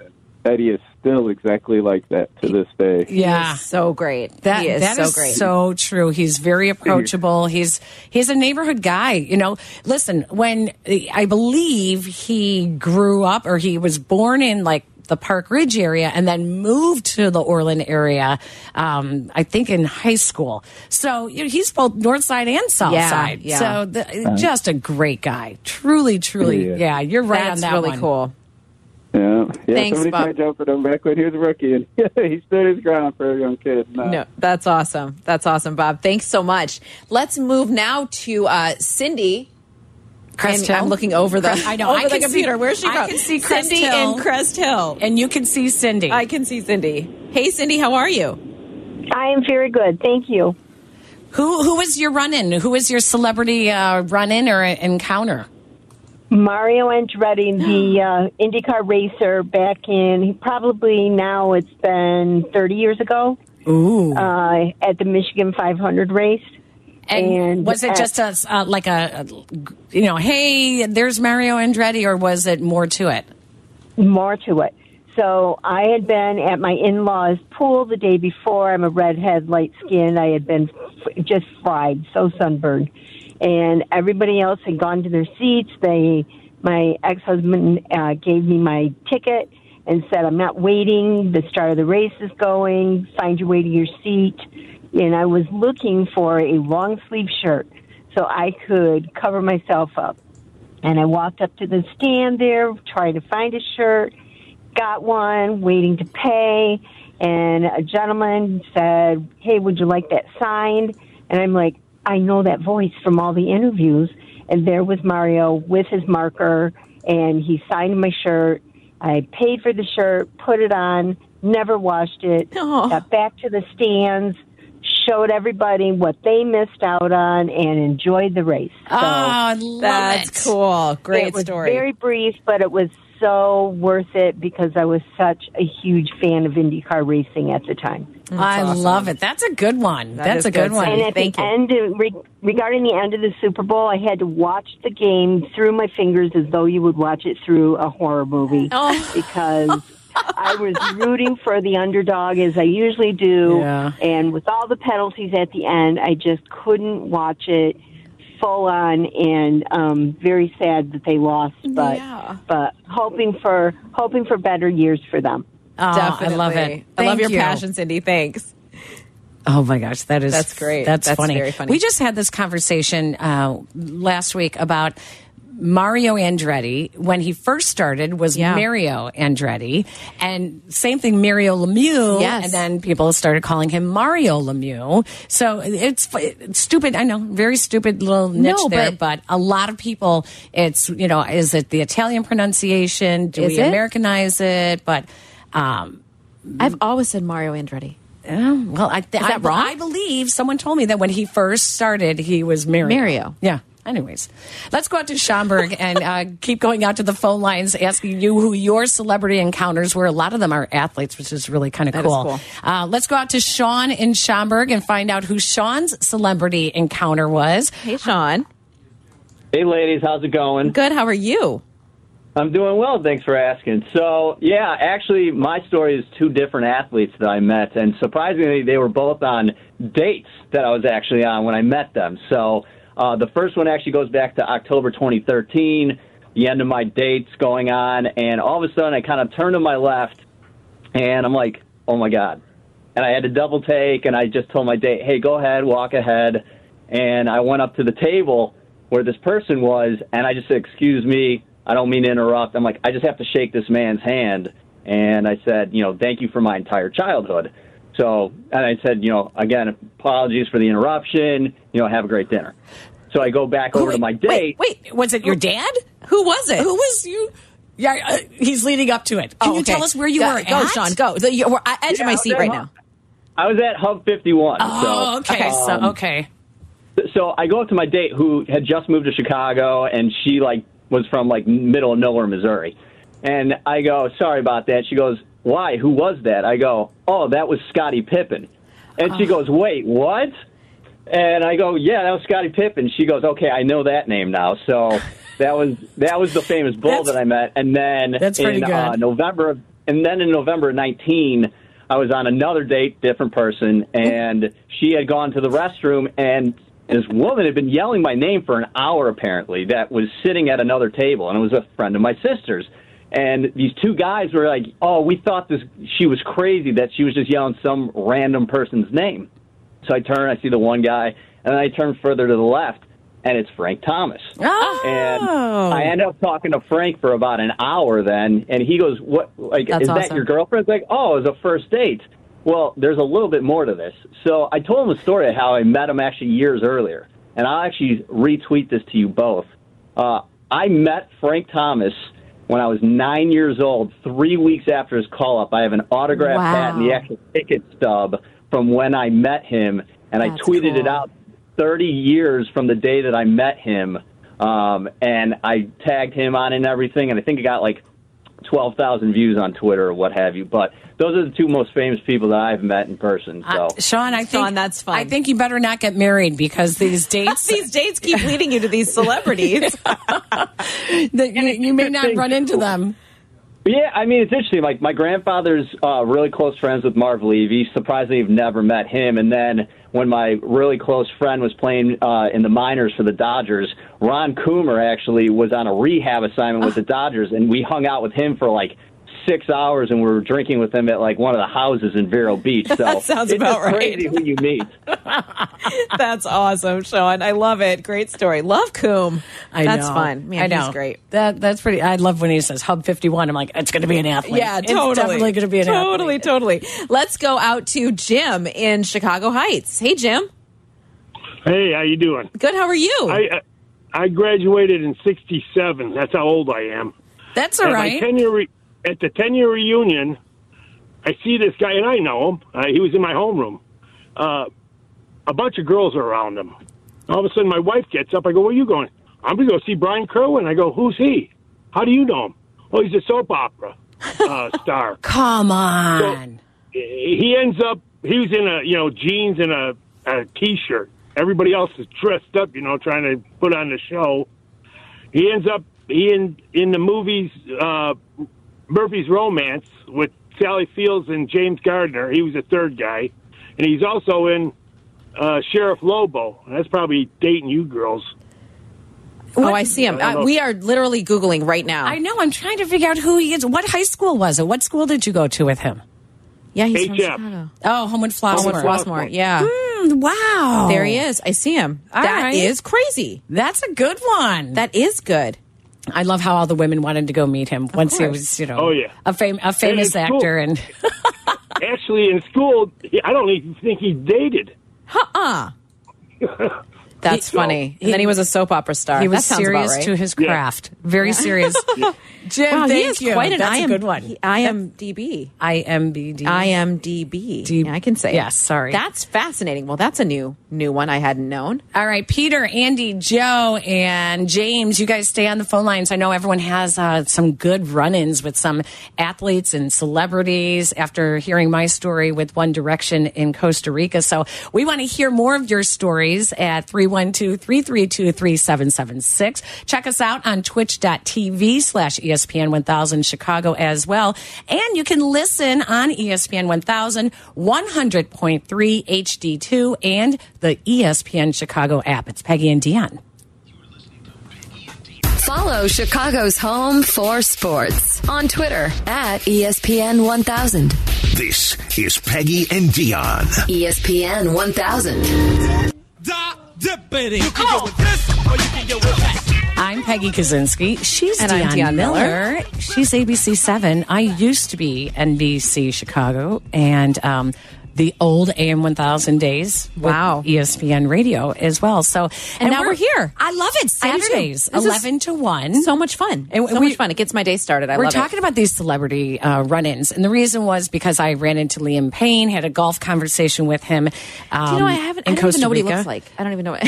[SPEAKER 13] Eddie is still exactly like that to this day.
[SPEAKER 2] Yeah.
[SPEAKER 3] So great.
[SPEAKER 2] That
[SPEAKER 3] he is
[SPEAKER 2] that
[SPEAKER 3] so
[SPEAKER 2] is
[SPEAKER 3] great.
[SPEAKER 2] so true. He's very approachable. He's he's a neighborhood guy. You know, listen. When I believe he grew up, or he was born in like the Park Ridge area, and then moved to the Orland area. Um, I think in high school. So you know, he's both North Side and South
[SPEAKER 3] Yeah,
[SPEAKER 2] Side.
[SPEAKER 3] yeah.
[SPEAKER 2] So
[SPEAKER 14] Uh-huh.
[SPEAKER 2] the, just a great guy. Truly, truly.
[SPEAKER 13] He is.
[SPEAKER 2] Yeah, you're right
[SPEAKER 3] That's
[SPEAKER 2] on that
[SPEAKER 3] really
[SPEAKER 2] one.
[SPEAKER 3] cool.
[SPEAKER 13] Yeah, yeah.
[SPEAKER 3] Thanks,
[SPEAKER 13] somebody
[SPEAKER 3] Bob.
[SPEAKER 13] tried jumping him back when he was a rookie, and [LAUGHS] he stood his ground for a young kid. No.
[SPEAKER 3] No, that's awesome. That's awesome, Bob. Thanks so much. Let's move now to uh, Cindy.
[SPEAKER 2] Crest
[SPEAKER 3] And
[SPEAKER 2] Hill?
[SPEAKER 3] I'm looking over the
[SPEAKER 2] I know.
[SPEAKER 3] [LAUGHS] over
[SPEAKER 2] I
[SPEAKER 3] the
[SPEAKER 2] can see-
[SPEAKER 3] computer. Where's she
[SPEAKER 2] I
[SPEAKER 3] from?
[SPEAKER 2] can see Crest
[SPEAKER 3] Cindy
[SPEAKER 2] Hill.
[SPEAKER 3] in Crest Hill.
[SPEAKER 2] And you can see Cindy.
[SPEAKER 3] I can see Cindy. Hey, Cindy, how are you?
[SPEAKER 14] I am very good. Thank you.
[SPEAKER 2] Who who is your run-in? Who is your celebrity uh, run-in or encounter?
[SPEAKER 14] Mario Andretti,
[SPEAKER 2] [GASPS]
[SPEAKER 14] the uh, IndyCar racer, back in probably now it's been 30 years ago
[SPEAKER 2] Ooh.
[SPEAKER 14] uh, at the Michigan 500 race.
[SPEAKER 2] and, was it
[SPEAKER 14] at-
[SPEAKER 2] just a uh, like a you know, hey, there's Mario Andretti, or was it more to it?
[SPEAKER 14] more to it. So I had been at my in law's pool the day before. I'm a redhead, light skinned. I had been f- just fried, so sunburned. And everybody else had gone to their seats. They, my ex husband uh, gave me my ticket and said, I'm not waiting. The start of the race is going. Find your way to your seat. And I was looking for a long sleeve shirt so I could cover myself up. And I walked up to the stand there, trying to find a shirt, got one, waiting to pay. And a gentleman said, Hey, would you like that signed? And I'm like, I know that voice from all the interviews. And there was Mario with his marker, and he signed my shirt. I paid for the shirt, put it on, never washed it,
[SPEAKER 3] Aw.
[SPEAKER 14] got back to the stands, showed everybody what they missed out on, and enjoyed the race. So-
[SPEAKER 2] oh, I love
[SPEAKER 3] That's
[SPEAKER 2] it.
[SPEAKER 3] cool. Great
[SPEAKER 14] it was
[SPEAKER 3] story.
[SPEAKER 14] Very brief, but it was so worth it because I was such a huge fan of IndyCar racing at the time.
[SPEAKER 2] I love it. Mm, That's a good one.
[SPEAKER 3] That
[SPEAKER 2] That's
[SPEAKER 3] is
[SPEAKER 2] a good,
[SPEAKER 3] good,
[SPEAKER 2] one.
[SPEAKER 14] And at
[SPEAKER 3] Thank
[SPEAKER 14] the
[SPEAKER 3] you.
[SPEAKER 14] end, of, re, regarding the end of the Super Bowl, I had to watch the game through my fingers as though you would watch it through a horror
[SPEAKER 2] [LAUGHS]
[SPEAKER 14] movie
[SPEAKER 3] Oh.
[SPEAKER 14] because. I was rooting for the underdog as I usually do,
[SPEAKER 2] Yeah.
[SPEAKER 14] and with all the penalties at the end, I just couldn't watch it full on, and um, very sad that they lost. But
[SPEAKER 3] Yeah.
[SPEAKER 14] but hoping for hoping for better years for them.
[SPEAKER 2] Oh,
[SPEAKER 3] Definitely.
[SPEAKER 2] I love it.
[SPEAKER 3] I love
[SPEAKER 2] Thank
[SPEAKER 3] your
[SPEAKER 2] you.
[SPEAKER 3] passion, Cindy. Thanks.
[SPEAKER 2] Oh my gosh, that is
[SPEAKER 3] That's great.
[SPEAKER 2] That's,
[SPEAKER 3] That's
[SPEAKER 2] funny.
[SPEAKER 3] very funny.
[SPEAKER 2] We just had this conversation uh, last week about Mario Andretti when he first started was
[SPEAKER 3] Yeah.
[SPEAKER 2] Mario Andretti, and same thing Mario Lemieux,
[SPEAKER 3] Yes.
[SPEAKER 2] and then people started calling him Mario Lemieux. So it's, it's stupid. I know, very stupid little niche
[SPEAKER 3] No,
[SPEAKER 2] there,
[SPEAKER 3] but-
[SPEAKER 2] but a lot of people, it's you know, is it the Italian pronunciation? Do
[SPEAKER 3] Is
[SPEAKER 2] we
[SPEAKER 3] it?
[SPEAKER 2] Americanize it? But um,
[SPEAKER 3] I've always said Mario Andretti.
[SPEAKER 2] Yeah, well, I, th-
[SPEAKER 3] Is that
[SPEAKER 2] I,
[SPEAKER 3] wrong?
[SPEAKER 2] I believe someone told me that when he first started, he was Mario.
[SPEAKER 3] Mario.
[SPEAKER 2] Yeah. Anyways, let's go out to Schaumburg and uh, keep going out to the phone lines asking you who your celebrity encounters were. A lot of them are athletes, which is really kind of
[SPEAKER 3] That is
[SPEAKER 2] cool.
[SPEAKER 3] cool.
[SPEAKER 2] Uh, let's go out to Sean in Schaumburg and find out who Sean's celebrity encounter was.
[SPEAKER 3] Hey, Sean.
[SPEAKER 15] Hey, ladies, how's it going?
[SPEAKER 3] Good. How are you?
[SPEAKER 15] I'm doing well. Thanks for asking. So, yeah, actually, my story is two different athletes that I met, and surprisingly, they were both on dates that I was actually on when I met them. So, uh, the first one actually goes back to October 2013, the end of my dates going on, and all of a sudden, I kind of turn to my left, and I'm like, oh my God. And I had to double take, and I just told my date, hey, go ahead, walk ahead. And I went up to the table where this person was, and I just said, excuse me, I don't mean to interrupt. I'm like, I just have to shake this man's hand. And I said, you know, thank you for my entire childhood. So, and I said, you know, again, apologies for the interruption, you know, have a great dinner. So I go back over to my date.
[SPEAKER 2] Wait, was it your dad?
[SPEAKER 3] Who was it?
[SPEAKER 2] Who was you? Yeah, uh, he's leading up to it. Can
[SPEAKER 3] Oh,
[SPEAKER 2] you
[SPEAKER 3] okay.
[SPEAKER 2] tell us where you
[SPEAKER 3] Go-
[SPEAKER 2] were?
[SPEAKER 3] go,
[SPEAKER 2] at?
[SPEAKER 3] Sean, go. The- you- we're- I- edge of my
[SPEAKER 15] Yeah,
[SPEAKER 3] seat
[SPEAKER 15] okay.
[SPEAKER 3] right now.
[SPEAKER 15] I was at Hub 51.
[SPEAKER 2] Oh,
[SPEAKER 15] so,
[SPEAKER 2] okay.
[SPEAKER 15] um,
[SPEAKER 2] so okay.
[SPEAKER 15] So I go up to my date who had just moved to Chicago, and she like was from like middle of nowhere, Missouri. And I go, sorry about that. She goes, why? Who was that? I go, oh, that was Scottie Pippen. And
[SPEAKER 2] Oh.
[SPEAKER 15] she goes, wait, what? And I go, yeah, that was Scottie Pippen. She goes, okay, I know that name now. So that was that was the famous bull that I met. And then
[SPEAKER 2] That's pretty
[SPEAKER 15] in Uh,
[SPEAKER 2] good.
[SPEAKER 15] November, of- and then in November of 19, I was on another date, different person, and she had gone to the restroom, and this woman had been yelling my name for an hour, apparently, that was sitting at another table, and it was a friend of my sister's. And these two guys were like, "Oh, we thought this. She was crazy that she was just yelling some random person's name." So I turn, I see the one guy, and then I turn further to the left, and it's Frank Thomas.
[SPEAKER 2] Oh.
[SPEAKER 15] And I
[SPEAKER 16] Oh.
[SPEAKER 15] end up talking to Frank for about an hour then, and he goes, "What? Like,
[SPEAKER 16] That's
[SPEAKER 15] is that
[SPEAKER 16] awesome.
[SPEAKER 15] your girlfriend?" It's like, "Oh, it was a first date." Well, there's a little bit more to this. So I told him the story of how I met him actually years earlier, and I'll actually retweet this to you both. Uh, I met Frank Thomas when I was nine years old. Three weeks after his call up, I have an autographed
[SPEAKER 11] Wow.
[SPEAKER 15] hat and the actual ticket stub from when I met him, and I
[SPEAKER 11] That's
[SPEAKER 15] tweeted it
[SPEAKER 11] cool.
[SPEAKER 15] out 30 years from the day that I met him. Um, and I tagged him on and everything, and I think it got like 12,000 views on Twitter or what have you. But those are the two most famous people that I've met in person. So.
[SPEAKER 2] Sean, I think that's fine. I think you better not get married because these dates
[SPEAKER 3] these dates keep leading you to these celebrities.
[SPEAKER 2] [LAUGHS] that you, you may not run into them.
[SPEAKER 15] Yeah, I mean it's interesting. Like my grandfather's uh, really close friends with Marv Levy. Surprisingly, have never met him. And then when my really close friend was playing uh, in the minors for the Dodgers, Ron Coomer actually was on a rehab assignment with the
[SPEAKER 12] Ah.
[SPEAKER 15] Dodgers, and we hung out with him for like six hours, and we were drinking with him at like one of the houses in
[SPEAKER 12] [LAUGHS]
[SPEAKER 15] Vero Beach. So
[SPEAKER 12] That sounds
[SPEAKER 15] it's
[SPEAKER 12] about
[SPEAKER 15] just Crazy who you meet.
[SPEAKER 2] [LAUGHS]
[SPEAKER 12] That's awesome, Sean. I love it. Great story. Love Coom.
[SPEAKER 2] I
[SPEAKER 12] That's
[SPEAKER 2] know.
[SPEAKER 12] fun. Man,
[SPEAKER 2] I know.
[SPEAKER 12] he's great.
[SPEAKER 2] That that's pretty. I love when he says Hub Fifty One. I'm like, it's going to be an athlete.
[SPEAKER 12] Yeah,
[SPEAKER 2] It's
[SPEAKER 12] totally.
[SPEAKER 2] definitely going to be an athlete.
[SPEAKER 12] totally,
[SPEAKER 3] totally. Let's go out to Jim in Chicago Heights. Hey, Jim.
[SPEAKER 17] Hey, how you doing?
[SPEAKER 3] Good. How are you?
[SPEAKER 17] I I I graduated in '67. That's how old I am.
[SPEAKER 2] That's
[SPEAKER 17] all
[SPEAKER 2] all
[SPEAKER 17] right.
[SPEAKER 2] right.
[SPEAKER 17] Ten year re- at the ten year reunion, I see this guy, and I know him. Uh, he was in my homeroom. Uh, a bunch of girls are around him. All of a sudden, my wife gets up. I go, "Where you going?" I'm going to go see Brian Kerwin. I go, "Who's he? How do you know him?" Oh, he's a soap opera uh, star.
[SPEAKER 2] Come on.
[SPEAKER 17] he ends up he was in a you know jeans and a, a t-shirt everybody else is dressed up you know trying to put on the show he ends up he in in the movies uh murphy's romance with sally fields and james gardner he was the third guy and he's also in uh sheriff lobo that's probably dating you girls
[SPEAKER 3] oh, I see him.
[SPEAKER 17] I don't
[SPEAKER 3] Uh,
[SPEAKER 17] know.
[SPEAKER 3] we are literally Googling right now.
[SPEAKER 2] I know. I'm trying to figure out who he is. What high school was it? What school did you go to with him?
[SPEAKER 3] Yeah, he's from
[SPEAKER 2] HF.
[SPEAKER 3] Chicago.
[SPEAKER 2] Oh, Homewood Flossmoor.
[SPEAKER 3] Homewood Flossmoor, yeah.
[SPEAKER 2] Hmm, wow.
[SPEAKER 3] There he is. I see him. That
[SPEAKER 2] All
[SPEAKER 3] is
[SPEAKER 2] right.
[SPEAKER 3] crazy.
[SPEAKER 2] That's a good one.
[SPEAKER 3] That is good.
[SPEAKER 2] I love how all the women wanted to go meet him once he
[SPEAKER 17] course.
[SPEAKER 2] was, you know,
[SPEAKER 17] Oh, yeah.
[SPEAKER 2] a fam- a
[SPEAKER 17] it's
[SPEAKER 2] famous
[SPEAKER 17] cool.
[SPEAKER 2] actor and.
[SPEAKER 17] [LAUGHS] actually in school i don't even think he dated
[SPEAKER 3] Uh-uh. That's funny. and then he was a soap opera star.
[SPEAKER 2] He was
[SPEAKER 3] That sounds about
[SPEAKER 2] serious
[SPEAKER 3] right.
[SPEAKER 2] to his craft. Very serious. [LAUGHS] Jim,
[SPEAKER 3] wow, he
[SPEAKER 2] thank
[SPEAKER 3] is
[SPEAKER 2] you.
[SPEAKER 3] quite an
[SPEAKER 2] That's
[SPEAKER 3] I
[SPEAKER 2] a
[SPEAKER 3] am,
[SPEAKER 2] good one.
[SPEAKER 3] he- I am DB.
[SPEAKER 2] IMBD.
[SPEAKER 3] IMDb. Yeah, I can say.
[SPEAKER 2] Yes, sorry.
[SPEAKER 3] That's fascinating. Well, that's a new new one I hadn't known.
[SPEAKER 2] All right, Peter, Andy, Joe, and James, you guys stay on the phone lines. I know everyone has uh, some good run ins with some athletes and celebrities after hearing my story with One Direction in Costa Rica. So we want to hear more of your stories at 312 332 3776. Check us out on twitch.tv slash E ESPN 1000 Chicago as well. And you can listen on E ESPN 1000, 100.3 HD2, and the E ESPN Chicago app. It's Peggy and Dion.
[SPEAKER 9] Follow Chicago's home for sports on Twitter at E ESPN 1000.
[SPEAKER 1] This is Peggy and Dion.
[SPEAKER 9] E ESPN 1000.
[SPEAKER 2] Dippity. You can go with this or you can go with that. I'm Peggy Kaczynski. She's
[SPEAKER 3] And I'm
[SPEAKER 2] Dion,
[SPEAKER 3] Dionne
[SPEAKER 2] Miller.
[SPEAKER 3] Miller.
[SPEAKER 2] She's ABC Seven. I used to be NBC Chicago and um, the old AM 1000 days. with E
[SPEAKER 3] Wow.
[SPEAKER 2] ESPN Radio as well. So and,
[SPEAKER 3] now we're here.
[SPEAKER 2] I love it.
[SPEAKER 3] I do too.
[SPEAKER 2] Saturdays,
[SPEAKER 3] This is
[SPEAKER 2] eleven to one.
[SPEAKER 3] So much fun.
[SPEAKER 2] And
[SPEAKER 3] so
[SPEAKER 2] we-
[SPEAKER 3] much fun. It gets my day started. I
[SPEAKER 2] we're
[SPEAKER 3] love it.
[SPEAKER 2] talking about these celebrity uh, run-ins, and the reason was because I ran into Liam Payne, had a golf conversation with him. Um,
[SPEAKER 3] Do you know, I haven't. I
[SPEAKER 2] in
[SPEAKER 3] don't even
[SPEAKER 2] Costa
[SPEAKER 3] know what he
[SPEAKER 2] Rica.
[SPEAKER 3] looks like. I don't even know. [LAUGHS]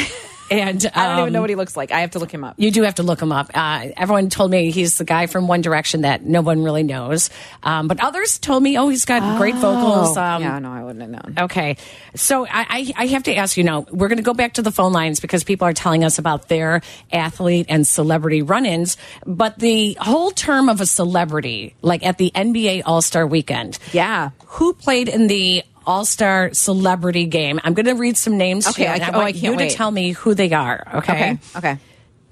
[SPEAKER 3] What,
[SPEAKER 2] And
[SPEAKER 3] I don't
[SPEAKER 2] um,
[SPEAKER 3] even know what he looks like. I have to look him up.
[SPEAKER 2] You do have to look him up. Uh, everyone told me he's the guy from One Direction that no one really knows, um, but others told me, oh, he's got great vocals.
[SPEAKER 3] Oh,
[SPEAKER 2] Um,
[SPEAKER 3] yeah, no, I wouldn't have known.
[SPEAKER 2] Okay, so I, I, I have to ask you now. We're going to go back to the phone lines because people are telling us about their athlete and celebrity run-ins. But the whole term of a celebrity, like at the NBA All Star Weekend,
[SPEAKER 3] yeah,
[SPEAKER 2] who played in the All Star Celebrity Game? I'm going to read some names. to
[SPEAKER 3] Okay,
[SPEAKER 2] you,
[SPEAKER 3] I
[SPEAKER 2] and
[SPEAKER 3] ca-
[SPEAKER 2] I
[SPEAKER 3] oh,
[SPEAKER 2] want
[SPEAKER 3] I can't
[SPEAKER 2] you
[SPEAKER 3] wait.
[SPEAKER 2] to tell me who they are.
[SPEAKER 3] Okay. Okay.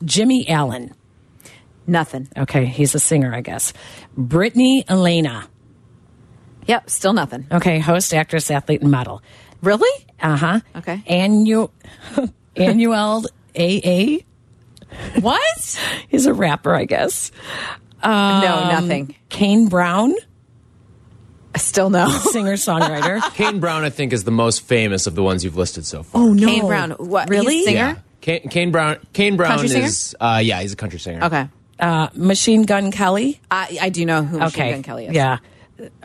[SPEAKER 2] Jimmy Allen.
[SPEAKER 3] Nothing.
[SPEAKER 2] Okay, he's a singer, I guess. Brittany Elena.
[SPEAKER 3] Yep. Still nothing.
[SPEAKER 2] Okay, host, actress, athlete, and model.
[SPEAKER 3] Really?
[SPEAKER 2] Uh huh.
[SPEAKER 3] Okay.
[SPEAKER 2] Annu [LAUGHS] Annuel AA.
[SPEAKER 3] What?
[SPEAKER 2] [LAUGHS] He's a rapper, I guess. Um,
[SPEAKER 3] nothing.
[SPEAKER 2] Kane Brown, [LAUGHS]
[SPEAKER 3] Still no.
[SPEAKER 2] singer
[SPEAKER 3] [LAUGHS]
[SPEAKER 2] songwriter.
[SPEAKER 4] Kane Brown, I think, is the most famous of the ones you've listed so far.
[SPEAKER 2] oh no,
[SPEAKER 3] Kane Brown. What? he's a
[SPEAKER 2] Really?
[SPEAKER 3] singer?
[SPEAKER 4] Yeah. Kane, Kane Brown. Kane Brown
[SPEAKER 3] Country singer?
[SPEAKER 4] is. Uh, yeah, he's a country singer.
[SPEAKER 3] Okay.
[SPEAKER 2] Uh, Machine Gun Kelly.
[SPEAKER 3] I, I do know who Machine
[SPEAKER 2] okay,
[SPEAKER 3] Gun Kelly is.
[SPEAKER 2] yeah.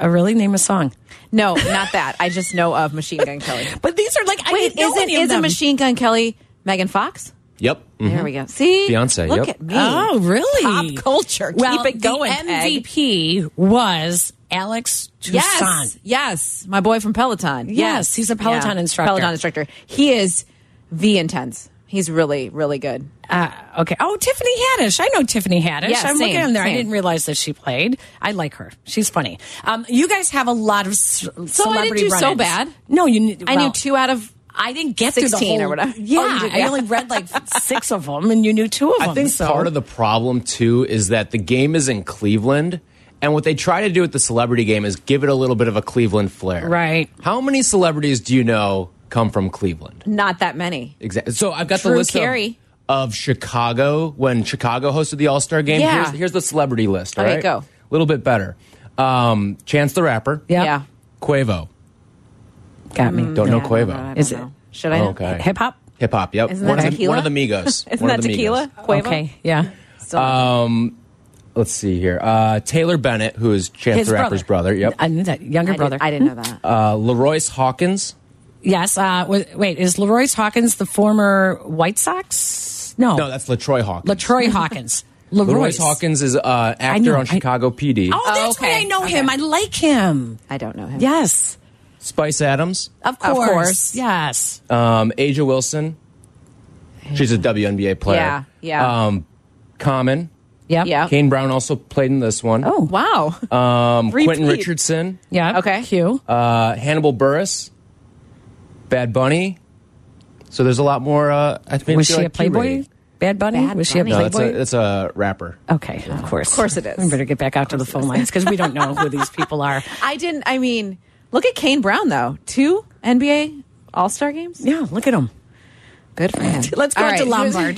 [SPEAKER 2] Uh, really, name a song.
[SPEAKER 3] No, not that. I just know of Machine Gun [LAUGHS] Kelly.
[SPEAKER 2] But these are like I
[SPEAKER 3] Wait,
[SPEAKER 2] didn't know
[SPEAKER 3] isn't
[SPEAKER 2] any of
[SPEAKER 3] isn't
[SPEAKER 2] them.
[SPEAKER 3] Machine Gun Kelly Megan Fox?
[SPEAKER 4] Yep.
[SPEAKER 3] There we go. See,
[SPEAKER 4] Beyonce,
[SPEAKER 3] Look
[SPEAKER 4] yep.
[SPEAKER 3] at me.
[SPEAKER 2] Oh, really?
[SPEAKER 3] Pop culture.
[SPEAKER 2] Well,
[SPEAKER 3] Keep it going.
[SPEAKER 2] The
[SPEAKER 3] Peg.
[SPEAKER 2] MVP was Alex Toussaint.
[SPEAKER 3] Yes, yes, my boy from Peloton. Yes,
[SPEAKER 2] he's a Peloton instructor.
[SPEAKER 3] Peloton instructor. He is the intense. He's really, really good.
[SPEAKER 2] Okay. Oh, Tiffany Haddish. I know Tiffany Haddish.
[SPEAKER 3] Yeah,
[SPEAKER 2] I'm
[SPEAKER 3] same,
[SPEAKER 2] looking on there. I
[SPEAKER 3] same.
[SPEAKER 2] didn't realize that she played. I like her. She's funny. Um, you guys have a lot of c-
[SPEAKER 3] So I didn't
[SPEAKER 2] celebrity
[SPEAKER 3] do so
[SPEAKER 2] run-ins.
[SPEAKER 3] bad.
[SPEAKER 2] No, you. kn-
[SPEAKER 3] I
[SPEAKER 2] well,
[SPEAKER 3] knew two out of
[SPEAKER 2] I didn't get through the
[SPEAKER 3] 16
[SPEAKER 2] whole,
[SPEAKER 3] or whatever.
[SPEAKER 2] Yeah,
[SPEAKER 3] Oh, you did,
[SPEAKER 2] I
[SPEAKER 3] yeah.
[SPEAKER 2] only read [LAUGHS] like six of them, and you knew two of them.
[SPEAKER 4] I think
[SPEAKER 2] so.
[SPEAKER 4] part of the problem too is that the game is in Cleveland, and what they try to do with the celebrity game is give it a little bit of a Cleveland flair.
[SPEAKER 2] Right.
[SPEAKER 4] How many celebrities do you know come from Cleveland?
[SPEAKER 3] not that many.
[SPEAKER 4] Exactly. So I've got
[SPEAKER 3] Drew
[SPEAKER 4] the list of-
[SPEAKER 3] Carey.
[SPEAKER 4] Of, Chicago when Chicago hosted the All Star game.
[SPEAKER 3] Yeah.
[SPEAKER 4] Here's, here's the celebrity list. all
[SPEAKER 3] Okay,
[SPEAKER 4] right?
[SPEAKER 3] go.
[SPEAKER 4] A little bit better. Um, Chance the Rapper.
[SPEAKER 2] Yep.
[SPEAKER 3] Yeah, Mm,
[SPEAKER 4] Quavo.
[SPEAKER 2] got me.
[SPEAKER 4] Don't know
[SPEAKER 3] Yeah,
[SPEAKER 4] Quavo.
[SPEAKER 3] no, no, no,
[SPEAKER 2] Is it
[SPEAKER 3] no. Should I? know?
[SPEAKER 4] Okay.
[SPEAKER 2] hip hop?
[SPEAKER 4] Hip hop. Yep.
[SPEAKER 3] Isn't
[SPEAKER 4] one,
[SPEAKER 3] that
[SPEAKER 4] of the,
[SPEAKER 3] tequila?
[SPEAKER 4] one of the
[SPEAKER 2] [LAUGHS]
[SPEAKER 4] Migos.
[SPEAKER 3] [LAUGHS] Isn't
[SPEAKER 4] one
[SPEAKER 3] that
[SPEAKER 4] of the
[SPEAKER 3] tequila?
[SPEAKER 4] Migos.
[SPEAKER 3] Quavo?
[SPEAKER 2] Okay. Yeah.
[SPEAKER 3] Still nothing.
[SPEAKER 4] Um, let's see here. Uh, Taylor Bennett, who is Chance
[SPEAKER 2] His
[SPEAKER 4] the Rapper's brother. Yep.
[SPEAKER 2] I knew that younger
[SPEAKER 3] I,
[SPEAKER 2] brother.
[SPEAKER 3] Did, I didn't know that.
[SPEAKER 4] Uh, Leroyce Hawkins.
[SPEAKER 2] [LAUGHS] Yes. Uh, wa- wait, is Leroyce Hawkins the former White Sox? No.
[SPEAKER 4] No, that's Latroy Hawkins.
[SPEAKER 2] Latroy Hawkins.
[SPEAKER 4] Leroyce
[SPEAKER 2] Leroyce
[SPEAKER 4] Hawkins is uh, actor
[SPEAKER 2] know,
[SPEAKER 4] on
[SPEAKER 2] I-
[SPEAKER 4] Chicago PD.
[SPEAKER 2] Oh, that's
[SPEAKER 3] okay,
[SPEAKER 2] why I know
[SPEAKER 3] okay.
[SPEAKER 2] him. I like him.
[SPEAKER 3] I don't know him.
[SPEAKER 2] Yes.
[SPEAKER 4] Spice Adams.
[SPEAKER 2] Of
[SPEAKER 3] Of
[SPEAKER 2] course.
[SPEAKER 3] course.
[SPEAKER 2] Yes.
[SPEAKER 4] Um, Aja Wilson. She's a WNBA player.
[SPEAKER 3] Yeah, yeah.
[SPEAKER 4] Um, Common.
[SPEAKER 2] Yep.
[SPEAKER 3] Yeah.
[SPEAKER 4] Kane Brown also played in this one.
[SPEAKER 2] Oh.
[SPEAKER 3] Wow.
[SPEAKER 4] Um, Quentin
[SPEAKER 3] Repeat.
[SPEAKER 4] Richardson.
[SPEAKER 2] Yeah.
[SPEAKER 3] Okay.
[SPEAKER 2] Q.
[SPEAKER 4] Uh, Hannibal Burris. Bad Bunny. So there's a lot more. Uh, I think
[SPEAKER 2] was
[SPEAKER 4] feel
[SPEAKER 2] she a
[SPEAKER 4] like
[SPEAKER 2] Playboy?
[SPEAKER 4] Q-rated.
[SPEAKER 2] Bad Bunny?
[SPEAKER 3] Bad
[SPEAKER 2] was she a
[SPEAKER 3] Bunny.
[SPEAKER 4] No,
[SPEAKER 2] Playboy?
[SPEAKER 4] that's a, that's a rapper.
[SPEAKER 2] okay. Of course. Of
[SPEAKER 3] course it is.
[SPEAKER 2] We better get back out to the phone lines because we don't know who these people [LAUGHS] are.
[SPEAKER 3] I didn't. I mean, look at Kane Brown though. Two NBA All Star games.
[SPEAKER 2] Yeah. Look at them.
[SPEAKER 3] Good for him.
[SPEAKER 2] Let's go
[SPEAKER 3] All
[SPEAKER 2] to
[SPEAKER 3] [LAUGHS]
[SPEAKER 2] [LAUGHS]
[SPEAKER 3] right, here's-
[SPEAKER 2] Lombard.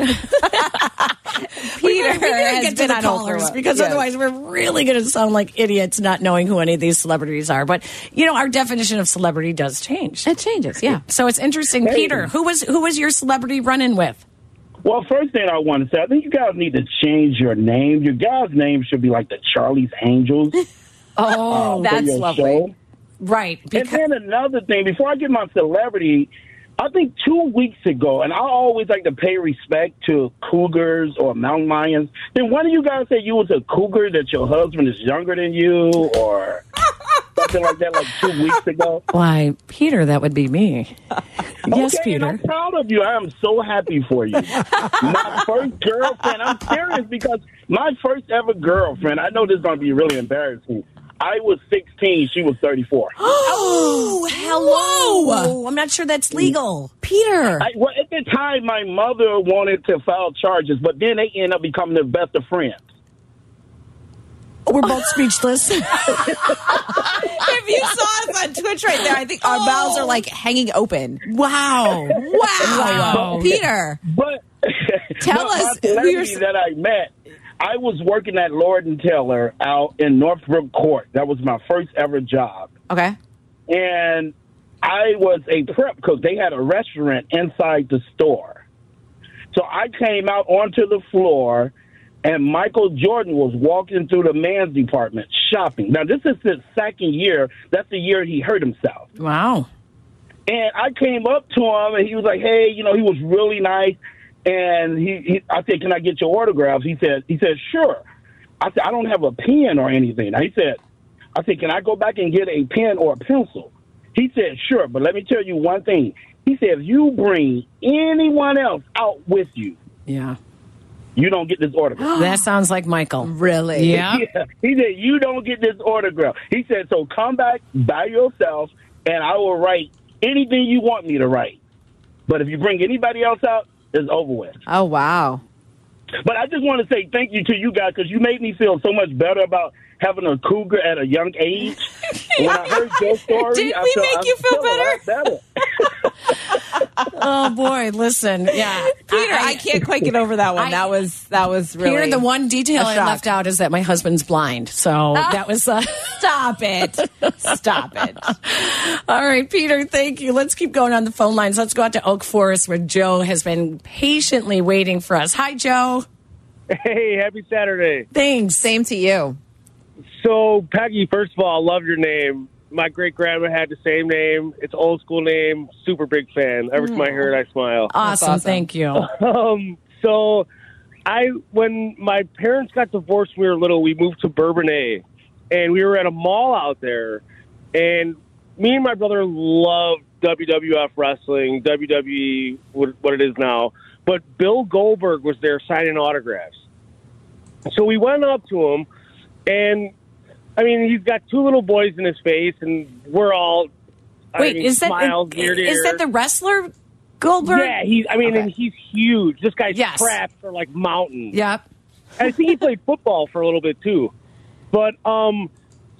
[SPEAKER 2] Peter
[SPEAKER 12] Peter has
[SPEAKER 2] get to
[SPEAKER 12] been
[SPEAKER 2] the
[SPEAKER 12] on all
[SPEAKER 2] callers
[SPEAKER 12] through.
[SPEAKER 2] because
[SPEAKER 12] Yes.
[SPEAKER 2] otherwise we're really going to sound like idiots not knowing who any of these celebrities are. But you know, our definition of celebrity does change. It changes, yeah. So it's interesting,
[SPEAKER 16] Hey.
[SPEAKER 2] Peter. Who was who was your celebrity running with?
[SPEAKER 16] Well, first thing I want to say, I think you guys need to change your name. Your guys' name should be like the Charlie's Angels.
[SPEAKER 2] Oh,
[SPEAKER 16] for
[SPEAKER 2] that's
[SPEAKER 16] your
[SPEAKER 2] lovely.
[SPEAKER 16] show.
[SPEAKER 2] Right.
[SPEAKER 16] and then another thing, before I get my celebrity, I think two weeks ago, and I always like to pay respect to cougars or mountain lions. Then one of you guys said you was a cougar that your husband is younger than you
[SPEAKER 2] [LAUGHS]
[SPEAKER 16] or something like that, like two weeks ago.
[SPEAKER 2] Why, Peter? That would be me. yes,
[SPEAKER 16] Okay, and
[SPEAKER 2] Peter.
[SPEAKER 16] I'm proud of you. I am so happy for you. my first girlfriend. I'm serious because my first ever girlfriend. I know this is going to be really embarrassing. I was 16. She was 34.
[SPEAKER 2] Oh, hello. I'm not sure that's legal, Peter.
[SPEAKER 16] I, well, at the time, my mother wanted to file charges, but then they end up becoming the best of friends.
[SPEAKER 2] We're both
[SPEAKER 16] [LAUGHS]
[SPEAKER 2] speechless.
[SPEAKER 12] if you saw us on Twitch right there, I think our mouths are like hanging open.
[SPEAKER 3] [LAUGHS]
[SPEAKER 2] Wow.
[SPEAKER 12] Wow.
[SPEAKER 16] But-
[SPEAKER 12] Peter.
[SPEAKER 16] But
[SPEAKER 12] Tell
[SPEAKER 16] but
[SPEAKER 12] us
[SPEAKER 16] my
[SPEAKER 12] who you're-
[SPEAKER 16] celebrity that I met. I was working at Lord and Taylor out in Northbrook Court. That was my first ever job.
[SPEAKER 12] Okay.
[SPEAKER 16] and I was a prep cook. They had a restaurant inside the store. So I came out onto the floor, and Michael Jordan was walking through the man's department shopping. Now, this is his second year. That's the year he hurt himself.
[SPEAKER 2] Wow.
[SPEAKER 16] And I came up to him, and he was like, "Hey, you know, he was really nice." And he, he I said, "Can I get your autograph?" He said, "He said, sure." I said, "I don't have a pen or anything." He said, "I said, can I go back and get a pen or a pencil?" He said, "Sure, but let me tell you one thing." He said, "If you bring anyone else out with you,
[SPEAKER 2] yeah,
[SPEAKER 16] you don't get this
[SPEAKER 2] [GASPS]
[SPEAKER 16] autograph."
[SPEAKER 2] that sounds like Michael. Really? Yeah.
[SPEAKER 16] He said, You don't get this autograph. He said, So come back by yourself and I will write anything you want me to write. But if you bring anybody else out, it's over with.
[SPEAKER 12] Oh, wow.
[SPEAKER 16] But I just want to say thank you to you guys because you made me feel so much better about having a cougar at a young age. when I heard
[SPEAKER 2] [LAUGHS]
[SPEAKER 16] your story,
[SPEAKER 2] Did
[SPEAKER 16] I
[SPEAKER 2] we
[SPEAKER 16] felt,
[SPEAKER 2] make
[SPEAKER 16] I
[SPEAKER 2] you feel
[SPEAKER 16] a lot better?
[SPEAKER 2] [LAUGHS] oh boy, listen, yeah,
[SPEAKER 12] Peter, I, can't
[SPEAKER 2] [LAUGHS]
[SPEAKER 12] quite [LAUGHS] get over that one. that was that was really
[SPEAKER 2] Peter, the one detail
[SPEAKER 12] a
[SPEAKER 2] I
[SPEAKER 12] shock. Ah,
[SPEAKER 2] left out is that my husband's blind.
[SPEAKER 12] [LAUGHS]
[SPEAKER 2] So that was. Uh...
[SPEAKER 12] Stop it. Stop it.
[SPEAKER 2] [LAUGHS] All right, Peter, thank you. Let's keep going on the phone lines. Let's go out to Oak Forest where Joe has been patiently waiting for us. Hi, Joe.
[SPEAKER 11] Hey, happy Saturday.
[SPEAKER 2] Thanks.
[SPEAKER 12] Same to you.
[SPEAKER 11] So, Peggy, first of all, I love your name. My great grandma had the same name. It's old school name. Super big fan. Every time I hear it, I smile.
[SPEAKER 2] Mm. Awesome, Thank you.
[SPEAKER 11] [LAUGHS] Um, so, I when my parents got divorced, when we were little. We moved to Bourbonnais, and we were at a mall out there. And me and my brother loved WWF wrestling, WWE, what what it is now. But Bill Goldberg was there signing autographs. So we went up to him, and I mean, he's got two little boys in his face, and we're all I
[SPEAKER 2] Wait,
[SPEAKER 11] mean,
[SPEAKER 2] is that
[SPEAKER 11] smiles
[SPEAKER 2] is,
[SPEAKER 11] ear to ear.
[SPEAKER 2] that the wrestler Goldberg?
[SPEAKER 11] Yeah, he's. I mean, and he's huge. This guy's
[SPEAKER 2] Yes.
[SPEAKER 11] traps are like mountains.
[SPEAKER 2] Yep.
[SPEAKER 11] I think he played football for a little bit too, but um,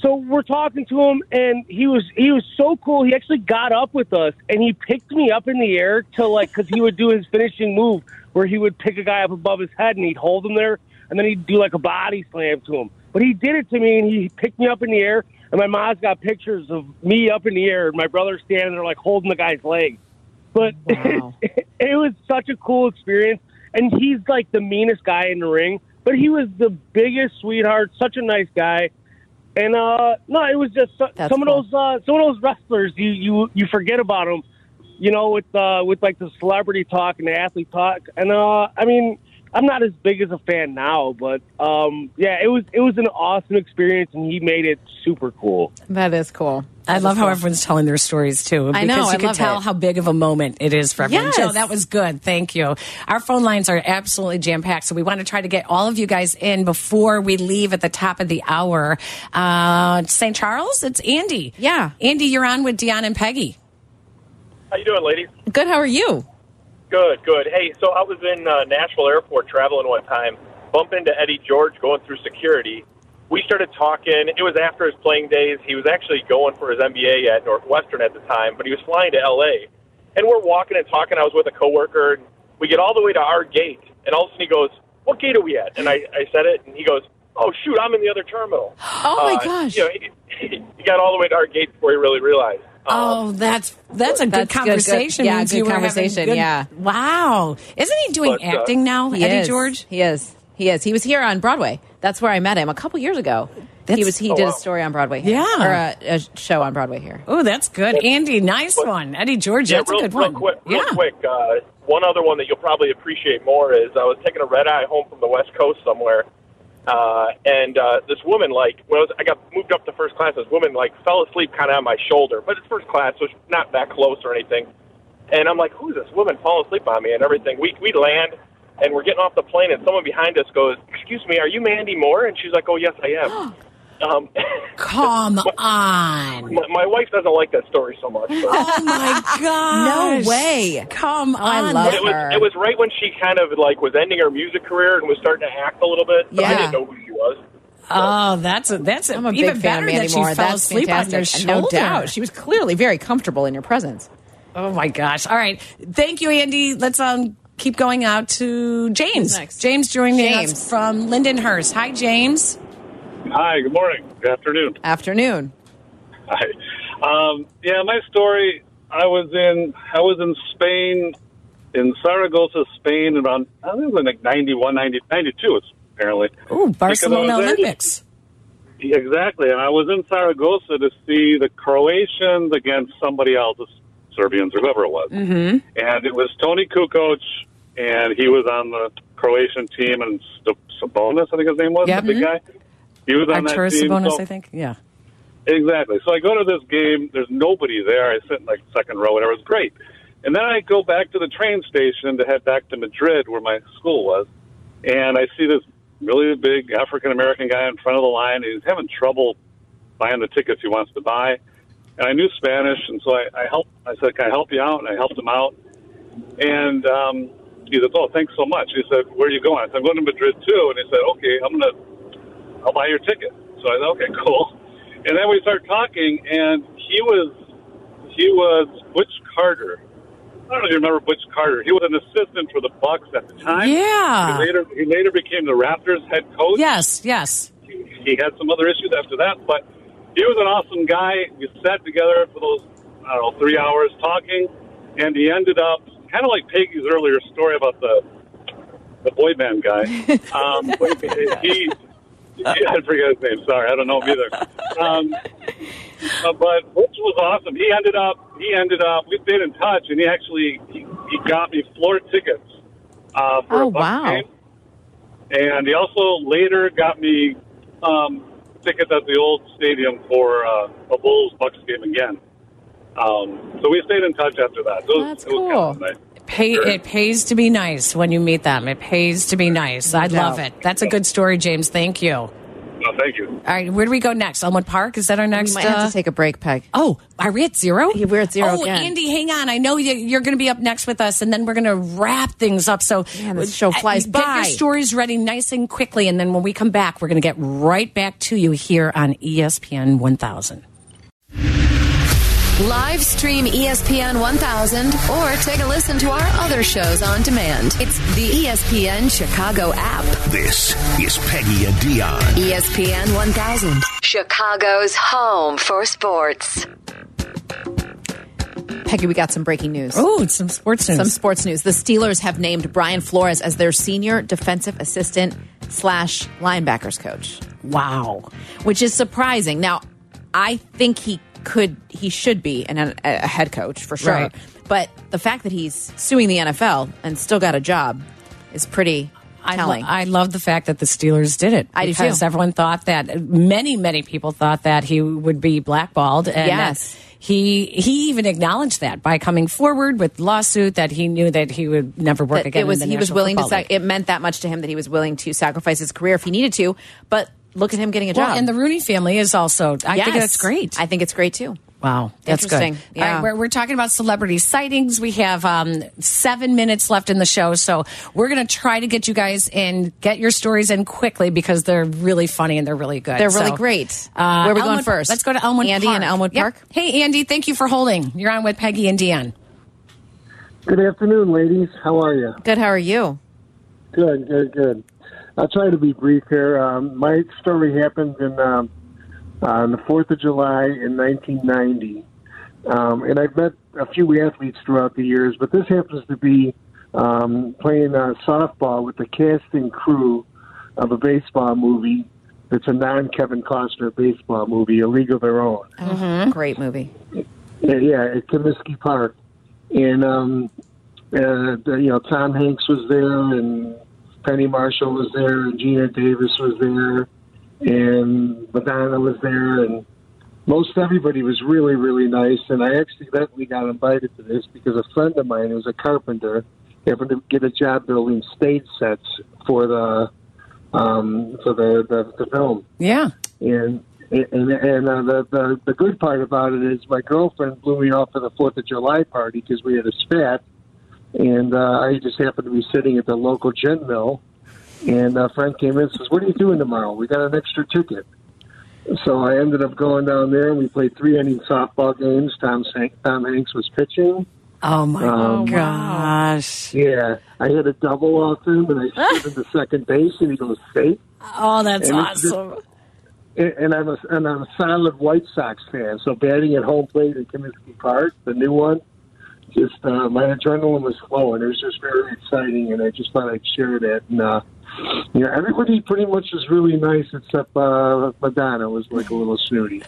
[SPEAKER 11] so we're talking to him, and he was he was so cool. He actually got up with us, and he picked me up in the air to like because he would do his finishing move where he would pick a guy up above his head and he'd hold him there, and then he'd do like a body slam to him. But he did it to me, and he picked me up in the air. And my mom's got pictures of me up in the air, and my brother standing there like holding the guy's leg. But [LAUGHS] it, was such a cool experience. And he's like the meanest guy in the ring, but he was the biggest sweetheart, such a nice guy. And uh no, it was just so, some of those uh, some of those wrestlers you you you forget about them, you know, with uh with like the celebrity talk and the athlete talk. And uh I mean, I'm not as big as a fan now, but um yeah, it was it was an awesome experience and he made it super cool.
[SPEAKER 12] That is cool.
[SPEAKER 2] I love how everyone's telling their stories too.
[SPEAKER 12] I know,
[SPEAKER 2] Because you
[SPEAKER 12] I
[SPEAKER 2] can
[SPEAKER 12] love
[SPEAKER 2] tell
[SPEAKER 12] it.
[SPEAKER 2] how big of a moment it is for everyone.
[SPEAKER 12] Yes.
[SPEAKER 2] Joe, that was good. Thank you. Our phone lines are absolutely jam packed, so we want to try to get all of you guys in before we leave at the top of the hour. Uh, St. Charles, it's Andy. Yeah, Andy, you're on with Dion and Peggy.
[SPEAKER 18] How you doing, ladies?
[SPEAKER 12] Good. How are you?
[SPEAKER 18] Good, good. Hey, so I was in uh, Nashville Airport traveling one time, bump into Eddie George going through security. We started talking. It was after his playing days. He was actually going for his MBA at Northwestern at the time, but he was flying to LA. And we're walking and talking. I was with a coworker. And we get all the way to our gate, and all of a sudden he goes, what gate are we at? And I, I said it, and he goes, oh, shoot, I'm in the other terminal. Uh,
[SPEAKER 2] Oh, my gosh.
[SPEAKER 18] You know, [LAUGHS] he, he got all the way to our gate before he really realized.
[SPEAKER 2] Oh, that's that's a good
[SPEAKER 18] That's good, good.
[SPEAKER 2] conversation.
[SPEAKER 18] Yeah,
[SPEAKER 2] Means
[SPEAKER 18] good
[SPEAKER 2] you were having
[SPEAKER 18] conversation, yeah.
[SPEAKER 2] Wow. Isn't he doing
[SPEAKER 3] But, uh,
[SPEAKER 2] acting now,
[SPEAKER 3] He
[SPEAKER 2] Eddie
[SPEAKER 3] is.
[SPEAKER 2] George?
[SPEAKER 3] He is. He is. He was here on Broadway. That's where I met him a couple years ago. he was. He
[SPEAKER 2] Oh,
[SPEAKER 3] did
[SPEAKER 2] wow.
[SPEAKER 3] a story on Broadway. Here,
[SPEAKER 2] Yeah.
[SPEAKER 3] or a, a show on Broadway here.
[SPEAKER 2] Oh, that's good. Andy, nice one. Eddie George,
[SPEAKER 18] yeah,
[SPEAKER 2] that's
[SPEAKER 18] real,
[SPEAKER 2] a good
[SPEAKER 18] real
[SPEAKER 2] one.
[SPEAKER 18] quick, real quick. Uh, one other one that you'll probably appreciate more is I was taking a red eye home from the West Coast somewhere, uh, and uh, this woman, like, when I, was, I got moved up to first class, this woman like fell asleep kind of on my shoulder, but it's first class, so it's not that close or anything. And I'm like, who's this woman falling asleep on me and everything? We we land. And we're getting off the plane, and someone behind us goes, "Excuse me, are you Mandy Moore?" And she's like, "Oh, yes, I
[SPEAKER 2] [GASPS]
[SPEAKER 18] am." Um, [LAUGHS]
[SPEAKER 2] Come on.
[SPEAKER 18] my, my wife doesn't like that story so much. but-
[SPEAKER 2] Oh [LAUGHS] my god!
[SPEAKER 18] No way.
[SPEAKER 2] Come on! I
[SPEAKER 18] it was, It was right when she kind of like was ending her music career and was starting to act a little bit. But I
[SPEAKER 2] Yeah.
[SPEAKER 18] didn't know who she was.
[SPEAKER 2] Oh, that's a, that's a,
[SPEAKER 3] I'm a big
[SPEAKER 2] even
[SPEAKER 3] fan
[SPEAKER 2] better
[SPEAKER 3] of Mandy
[SPEAKER 2] that she
[SPEAKER 3] Moore.
[SPEAKER 2] fell
[SPEAKER 3] That's
[SPEAKER 2] asleep
[SPEAKER 3] fantastic.
[SPEAKER 2] on your shoulder.
[SPEAKER 3] No doubt, she was clearly very comfortable in your presence.
[SPEAKER 2] Oh my gosh! All right, thank you, Andy. Let's um keep going out to James.
[SPEAKER 19] Who's next?
[SPEAKER 2] James joining us
[SPEAKER 19] James.
[SPEAKER 2] from Lindenhurst. Hi, James.
[SPEAKER 19] Hi, good morning. Good afternoon.
[SPEAKER 2] Uh,
[SPEAKER 3] Afternoon.
[SPEAKER 19] Hi. Um, yeah, my story. I was in I was in Spain, in Zaragoza, Spain, around I think it was like 91, 90, 92, it's apparently.
[SPEAKER 2] Ooh, Barcelona Olympics.
[SPEAKER 19] Exactly, and I was in Zaragoza to see the Croatians against somebody else, the Serbians or whoever it was.
[SPEAKER 20] Mm-hmm.
[SPEAKER 19] and it was Tony Kukoc, and he was on the Croatian team, and St- Sabonis, I think his name was,
[SPEAKER 2] Yep.
[SPEAKER 19] the big guy. He was on
[SPEAKER 2] Arturis
[SPEAKER 19] that team.
[SPEAKER 2] Sabonis,
[SPEAKER 19] so-
[SPEAKER 2] I think. Yeah.
[SPEAKER 19] Exactly. So I go to this game. There's nobody there. I sit in like second row, whatever. It's great. And then I go back to the train station to head back to Madrid, where my school was, and I see this really big African American guy in front of the line. He's having trouble buying the tickets he wants to buy, and I knew Spanish, and so I, I helped. I said, "Can I help you out?" And I helped him out, and um, he said, "Oh, thanks so much." He said, "Where are you going?" I said, "I'm going to Madrid too," and he said, "Okay, I'm gonna, I'll buy your ticket." So I said, "Okay, cool." And then we start talking, and he was he was Butch Carter. I don't know if you remember Butch Carter. He was an assistant for the Bucks at the time.
[SPEAKER 2] Yeah.
[SPEAKER 19] He later he later became the Raptors head coach.
[SPEAKER 2] Yes. Yes.
[SPEAKER 19] He had some other issues after that, but he was an awesome guy. We sat together for those I don't know three hours talking, and he ended up kind of like Peggy's earlier story about the the boy band
[SPEAKER 3] [LAUGHS]
[SPEAKER 19] guy. Um, he, he, I forget his name. Sorry, I don't know him either. Um, uh, but Butch was awesome. He ended up. He ended up. We stayed in touch, and he actually he, he got me floor tickets uh, for
[SPEAKER 3] Oh,
[SPEAKER 19] a Bucks
[SPEAKER 3] wow.
[SPEAKER 19] game. And he also later got me um, tickets at the old stadium for uh, a Bulls Bucks game again. Um, so we stayed in touch after that. So it was-
[SPEAKER 2] That's
[SPEAKER 19] it was kind of
[SPEAKER 2] cool.
[SPEAKER 19] nice.
[SPEAKER 2] Pay, it pays to be nice when you meet them. It pays to be nice. I
[SPEAKER 19] No
[SPEAKER 2] love
[SPEAKER 19] doubt.
[SPEAKER 2] it. That's a good story, James. Thank you. All
[SPEAKER 19] No, thank you.
[SPEAKER 2] right, where do we go next? Elmwood Park? Is that our next?
[SPEAKER 3] we might have
[SPEAKER 2] uh,
[SPEAKER 3] to take a break, Peg.
[SPEAKER 2] Oh, are we at zero?
[SPEAKER 3] we're at zero.
[SPEAKER 2] oh,
[SPEAKER 3] again.
[SPEAKER 2] Andy, hang on. I know you- you're going to be up next with us, and then we're going to wrap things up. So
[SPEAKER 3] this show
[SPEAKER 2] uh,
[SPEAKER 3] flies
[SPEAKER 2] get
[SPEAKER 3] by.
[SPEAKER 2] your stories ready nice and quickly, and then when we come back, we're going to get right back to you here on E ESPN 1000.
[SPEAKER 9] Live stream E ESPN 1000 or take a listen to our other shows on demand. It's the E ESPN Chicago app. E
[SPEAKER 1] This is Peggy and Dion.
[SPEAKER 9] ESPN 1000, Chicago's home for sports.
[SPEAKER 3] Peggy, we got some breaking news.
[SPEAKER 2] Oh, some sports news.
[SPEAKER 3] Some sports news. The Steelers have named Brian Flores as their senior defensive assistant slash linebackers coach.
[SPEAKER 2] Wow,
[SPEAKER 3] which is surprising. Now, I think he could, he should be an, a, a head coach for sure.
[SPEAKER 2] Right.
[SPEAKER 3] But the fact that he's suing the NFL and still got a job is pretty
[SPEAKER 2] I, lo-
[SPEAKER 3] telling.
[SPEAKER 2] I love the fact that the Steelers did it.
[SPEAKER 3] I do
[SPEAKER 2] because
[SPEAKER 3] too.
[SPEAKER 2] everyone thought that many, many people thought that he would be blackballed. And that
[SPEAKER 3] Yes.
[SPEAKER 2] He he even acknowledged that by coming forward with lawsuit that he knew that he would never work
[SPEAKER 3] That
[SPEAKER 2] again.
[SPEAKER 3] it was
[SPEAKER 2] in the
[SPEAKER 3] he was
[SPEAKER 2] National
[SPEAKER 3] willing to
[SPEAKER 2] Football
[SPEAKER 3] sac-
[SPEAKER 2] League.
[SPEAKER 3] it meant that much to him that he was willing to sacrifice his career if he needed to. But look at him getting a
[SPEAKER 2] Well,
[SPEAKER 3] job.
[SPEAKER 2] and the Rooney family is also. I think
[SPEAKER 3] Yes.
[SPEAKER 2] that's great.
[SPEAKER 3] I think it's great too.
[SPEAKER 2] Wow, that's good.
[SPEAKER 3] Interesting.
[SPEAKER 2] All
[SPEAKER 3] Yeah.
[SPEAKER 2] right, we're, we're talking about celebrity sightings. We have um, seven minutes left in the show, so we're going to try to get you guys in, get your stories in quickly because they're really funny and they're really good.
[SPEAKER 3] They're really
[SPEAKER 2] So,
[SPEAKER 3] great.
[SPEAKER 2] uh,
[SPEAKER 3] Where are we going
[SPEAKER 2] Elmwood-
[SPEAKER 3] first?
[SPEAKER 2] Let's go to Elmwood
[SPEAKER 3] Andy
[SPEAKER 2] Park.
[SPEAKER 3] in Elmwood
[SPEAKER 2] Yep.
[SPEAKER 3] Park.
[SPEAKER 2] Hey, Andy, thank you for holding. You're on with Peggy and Dion.
[SPEAKER 20] Good afternoon, ladies. How are you?
[SPEAKER 3] Good. How are you?
[SPEAKER 20] Good, good, good.
[SPEAKER 10] I'll try to be brief here. Um, my story happened in, um, on the 4th of July in 1990. Um, and I've met a few athletes throughout the years, but this happens to be um, playing uh, softball with the casting crew of a baseball movie that's a non Kevin Costner baseball movie, A League of Their Own.
[SPEAKER 3] Mm-hmm.
[SPEAKER 2] Mm-hmm.
[SPEAKER 3] Great movie.
[SPEAKER 10] Yeah, Uh, yeah, at Comiskey Park, and um, uh, the- you know Tom Hanks was there, and Penny Marshall was there, and Gina Davis was there, and Madonna was there, and most everybody was really really nice. And I accidentally got invited to this because a friend of mine who's a carpenter happened to get a job building stage sets for the um, for the, the the film.
[SPEAKER 2] Yeah.
[SPEAKER 10] And and, and uh, the, the the good part about it is my girlfriend blew me off for the Fourth of July party because we had a spat, and uh, I just happened to be sitting at the local gin mill, and a friend came in and says, "What are you doing tomorrow? We got an extra ticket." So I ended up going down there, and we played three inning softball games. Tom Hank, Tom Hanks was pitching.
[SPEAKER 2] Oh my
[SPEAKER 10] Um,
[SPEAKER 2] gosh!
[SPEAKER 10] Yeah, I hit a double off him,
[SPEAKER 2] [LAUGHS]
[SPEAKER 10] and I slid into second base, and he goes safe.
[SPEAKER 2] Oh, that's
[SPEAKER 10] And it's just-
[SPEAKER 2] awesome.
[SPEAKER 10] and and I'm a and I'm a solid White Sox fan. So batting at home plate at Comiskey Park, the new one, just uh, my adrenaline was flowing. It was just very exciting, and I just thought I'd share that. And uh, you know, everybody pretty much was really nice, except uh, Madonna was like a little snooty.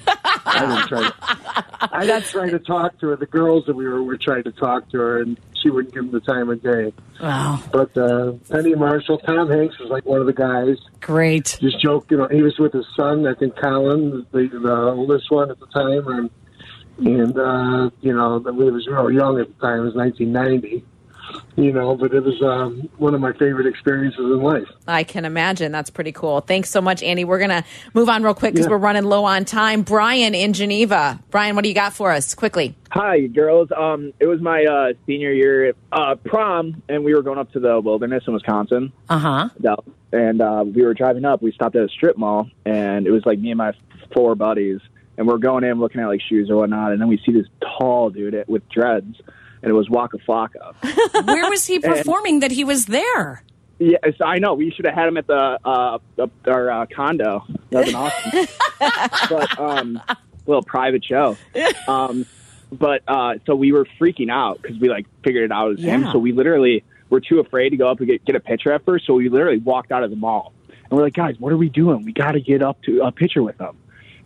[SPEAKER 10] I didn't try. To, I didn't try to talk to her. The girls that we were were trying to talk to her, and she wouldn't give them the time of day.
[SPEAKER 2] Wow.
[SPEAKER 10] But uh, Penny Marshall, Tom Hanks was like one of the guys.
[SPEAKER 2] Great.
[SPEAKER 10] Just joking. He was with his son, I think Colin, the, the oldest one at the time, and and uh, you know we was real young at the time. It was 1990. You know, but it was um, one of my favorite experiences in life.
[SPEAKER 3] I can imagine. That's pretty cool. Thanks so much, Andy. We're going to move on real quick because
[SPEAKER 10] Yeah.
[SPEAKER 3] we're running low on time. Brian in Geneva. Brian, what do you got for us quickly?
[SPEAKER 20] Hi, girls. Um, it was my uh, senior year at uh, prom, and we were going up to the wilderness in Wisconsin.
[SPEAKER 2] Uh huh.
[SPEAKER 20] No. And uh, we were driving up. We stopped at a strip mall, and it was like me and my four buddies, and we're going in looking at like shoes or whatnot, and then we see this tall dude with dreads, and it was Waka Flocka.
[SPEAKER 2] Where was he
[SPEAKER 20] And-
[SPEAKER 2] performing that he was there?
[SPEAKER 20] Yes, I know. We should have had him at the uh, the- our uh, condo. That was awesome.
[SPEAKER 2] [LAUGHS]
[SPEAKER 20] but um, little private show. Um, but uh, so we were freaking out because we like figured it out as him.
[SPEAKER 21] Yeah.
[SPEAKER 20] So we literally were too afraid to go up and get, get a picture at first. So we literally walked out of the mall and we're like, guys, what are we doing? We got to get up to a picture with him. [LAUGHS]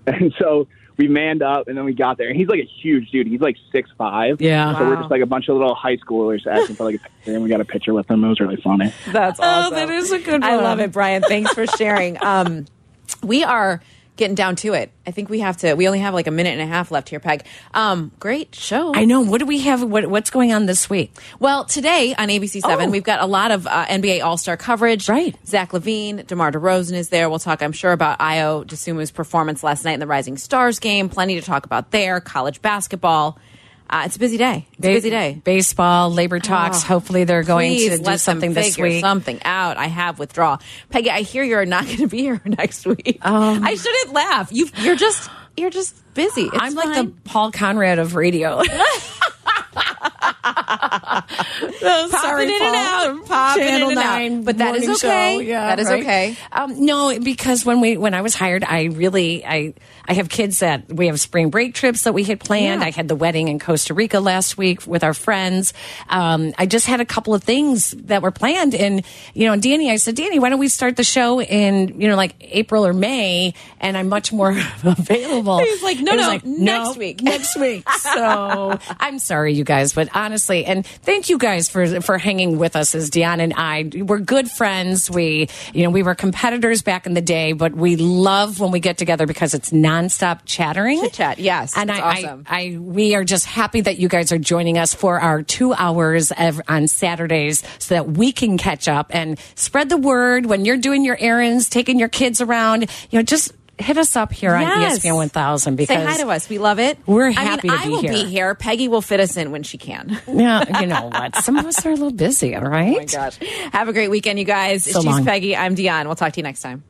[SPEAKER 20] And so we manned up and then we got there. And he's like a huge dude. He's like six five.
[SPEAKER 2] Yeah.
[SPEAKER 20] So we're
[SPEAKER 2] Wow.
[SPEAKER 20] just like a bunch of little high schoolers acting for like a picture, and we got a picture with him. It was really funny.
[SPEAKER 3] [LAUGHS] That's awesome. that
[SPEAKER 2] Oh, is a good
[SPEAKER 3] I
[SPEAKER 2] one.
[SPEAKER 3] love it, Brian. Thanks
[SPEAKER 2] [LAUGHS]
[SPEAKER 3] for sharing. Um, we are getting down to it. I think we have to, we only have like a minute and a half left here, Peg. Um, great show.
[SPEAKER 2] I know. What do we have? What, what's going on this week? Oh.
[SPEAKER 3] Well, today on ABC Seven, we've got a lot of uh, NBA All Star coverage. Right. Zach Levine, DeMar DeRozan is there. We'll talk, I'm sure, about Io DeSumo's performance last night in the Rising Stars game. Plenty to talk about there. College basketball. Uh, it's a busy day. It's a
[SPEAKER 2] Ba-
[SPEAKER 3] busy day.
[SPEAKER 2] Baseball, labor talks.
[SPEAKER 3] Oh,
[SPEAKER 2] Hopefully, they're going
[SPEAKER 3] Please
[SPEAKER 2] to
[SPEAKER 3] let
[SPEAKER 2] do
[SPEAKER 3] them
[SPEAKER 2] something this
[SPEAKER 3] figure
[SPEAKER 2] week.
[SPEAKER 3] Something out. I have withdrawal. Peggy, I hear you're not [LAUGHS] going to be here next week.
[SPEAKER 2] Um,
[SPEAKER 3] I shouldn't laugh. You, you're just, you're just busy. It's
[SPEAKER 2] I'm like
[SPEAKER 3] fine.
[SPEAKER 2] the Paul Conrad of
[SPEAKER 3] [LAUGHS]
[SPEAKER 2] radio. Oh, [LAUGHS]
[SPEAKER 3] Popping
[SPEAKER 2] Sorry,
[SPEAKER 3] in
[SPEAKER 2] Paul.
[SPEAKER 3] and out, popping
[SPEAKER 2] Channel
[SPEAKER 3] in and out.
[SPEAKER 2] 9
[SPEAKER 3] But that is
[SPEAKER 2] morning
[SPEAKER 3] okay.
[SPEAKER 2] show. Yeah,
[SPEAKER 3] That is
[SPEAKER 2] right.
[SPEAKER 3] okay.
[SPEAKER 2] Um, no, because when we when I was hired, I really I I have kids that we have spring break trips that we had planned.
[SPEAKER 3] Yeah.
[SPEAKER 2] I had the wedding in Costa Rica last week with our friends. Um, I just had a couple of things that were planned, and you know, Danny, I said, Danny, why don't we start the show in you know like April or May, and I'm much more [LAUGHS] available.
[SPEAKER 3] He's like, no,
[SPEAKER 2] It was
[SPEAKER 3] no,
[SPEAKER 2] no,
[SPEAKER 3] next week.
[SPEAKER 2] next
[SPEAKER 3] [LAUGHS]
[SPEAKER 2] week. So I'm sorry, you guys, but honestly, and thank you guys for for hanging with us as Dion and I. We're good friends. We, you know, we were competitors back in the day, but we love when we get together because it's nonstop chattering. Chit
[SPEAKER 3] chat, yes,
[SPEAKER 2] And
[SPEAKER 3] it's
[SPEAKER 2] I,
[SPEAKER 3] awesome.
[SPEAKER 2] I, I, we are just happy that you guys are joining us for our two hours ev- on Saturdays, so that we can catch up and spread the word when you're doing your errands, taking your kids around. You know, just. Hit us up here
[SPEAKER 3] Yes.
[SPEAKER 2] on E ESPN 1000 because
[SPEAKER 3] Say hi to us. We love it.
[SPEAKER 2] We're
[SPEAKER 3] I mean,
[SPEAKER 2] happy to
[SPEAKER 3] I
[SPEAKER 2] be
[SPEAKER 3] will
[SPEAKER 2] here.
[SPEAKER 3] be here. Peggy will fit us in when she can. [LAUGHS]
[SPEAKER 2] Yeah, you know what? Some of us are a little busy, all right?
[SPEAKER 3] Oh my gosh. Have a great weekend, you guys.
[SPEAKER 2] So
[SPEAKER 3] She's
[SPEAKER 2] long.
[SPEAKER 3] Peggy. I'm Dion. We'll talk to you next time.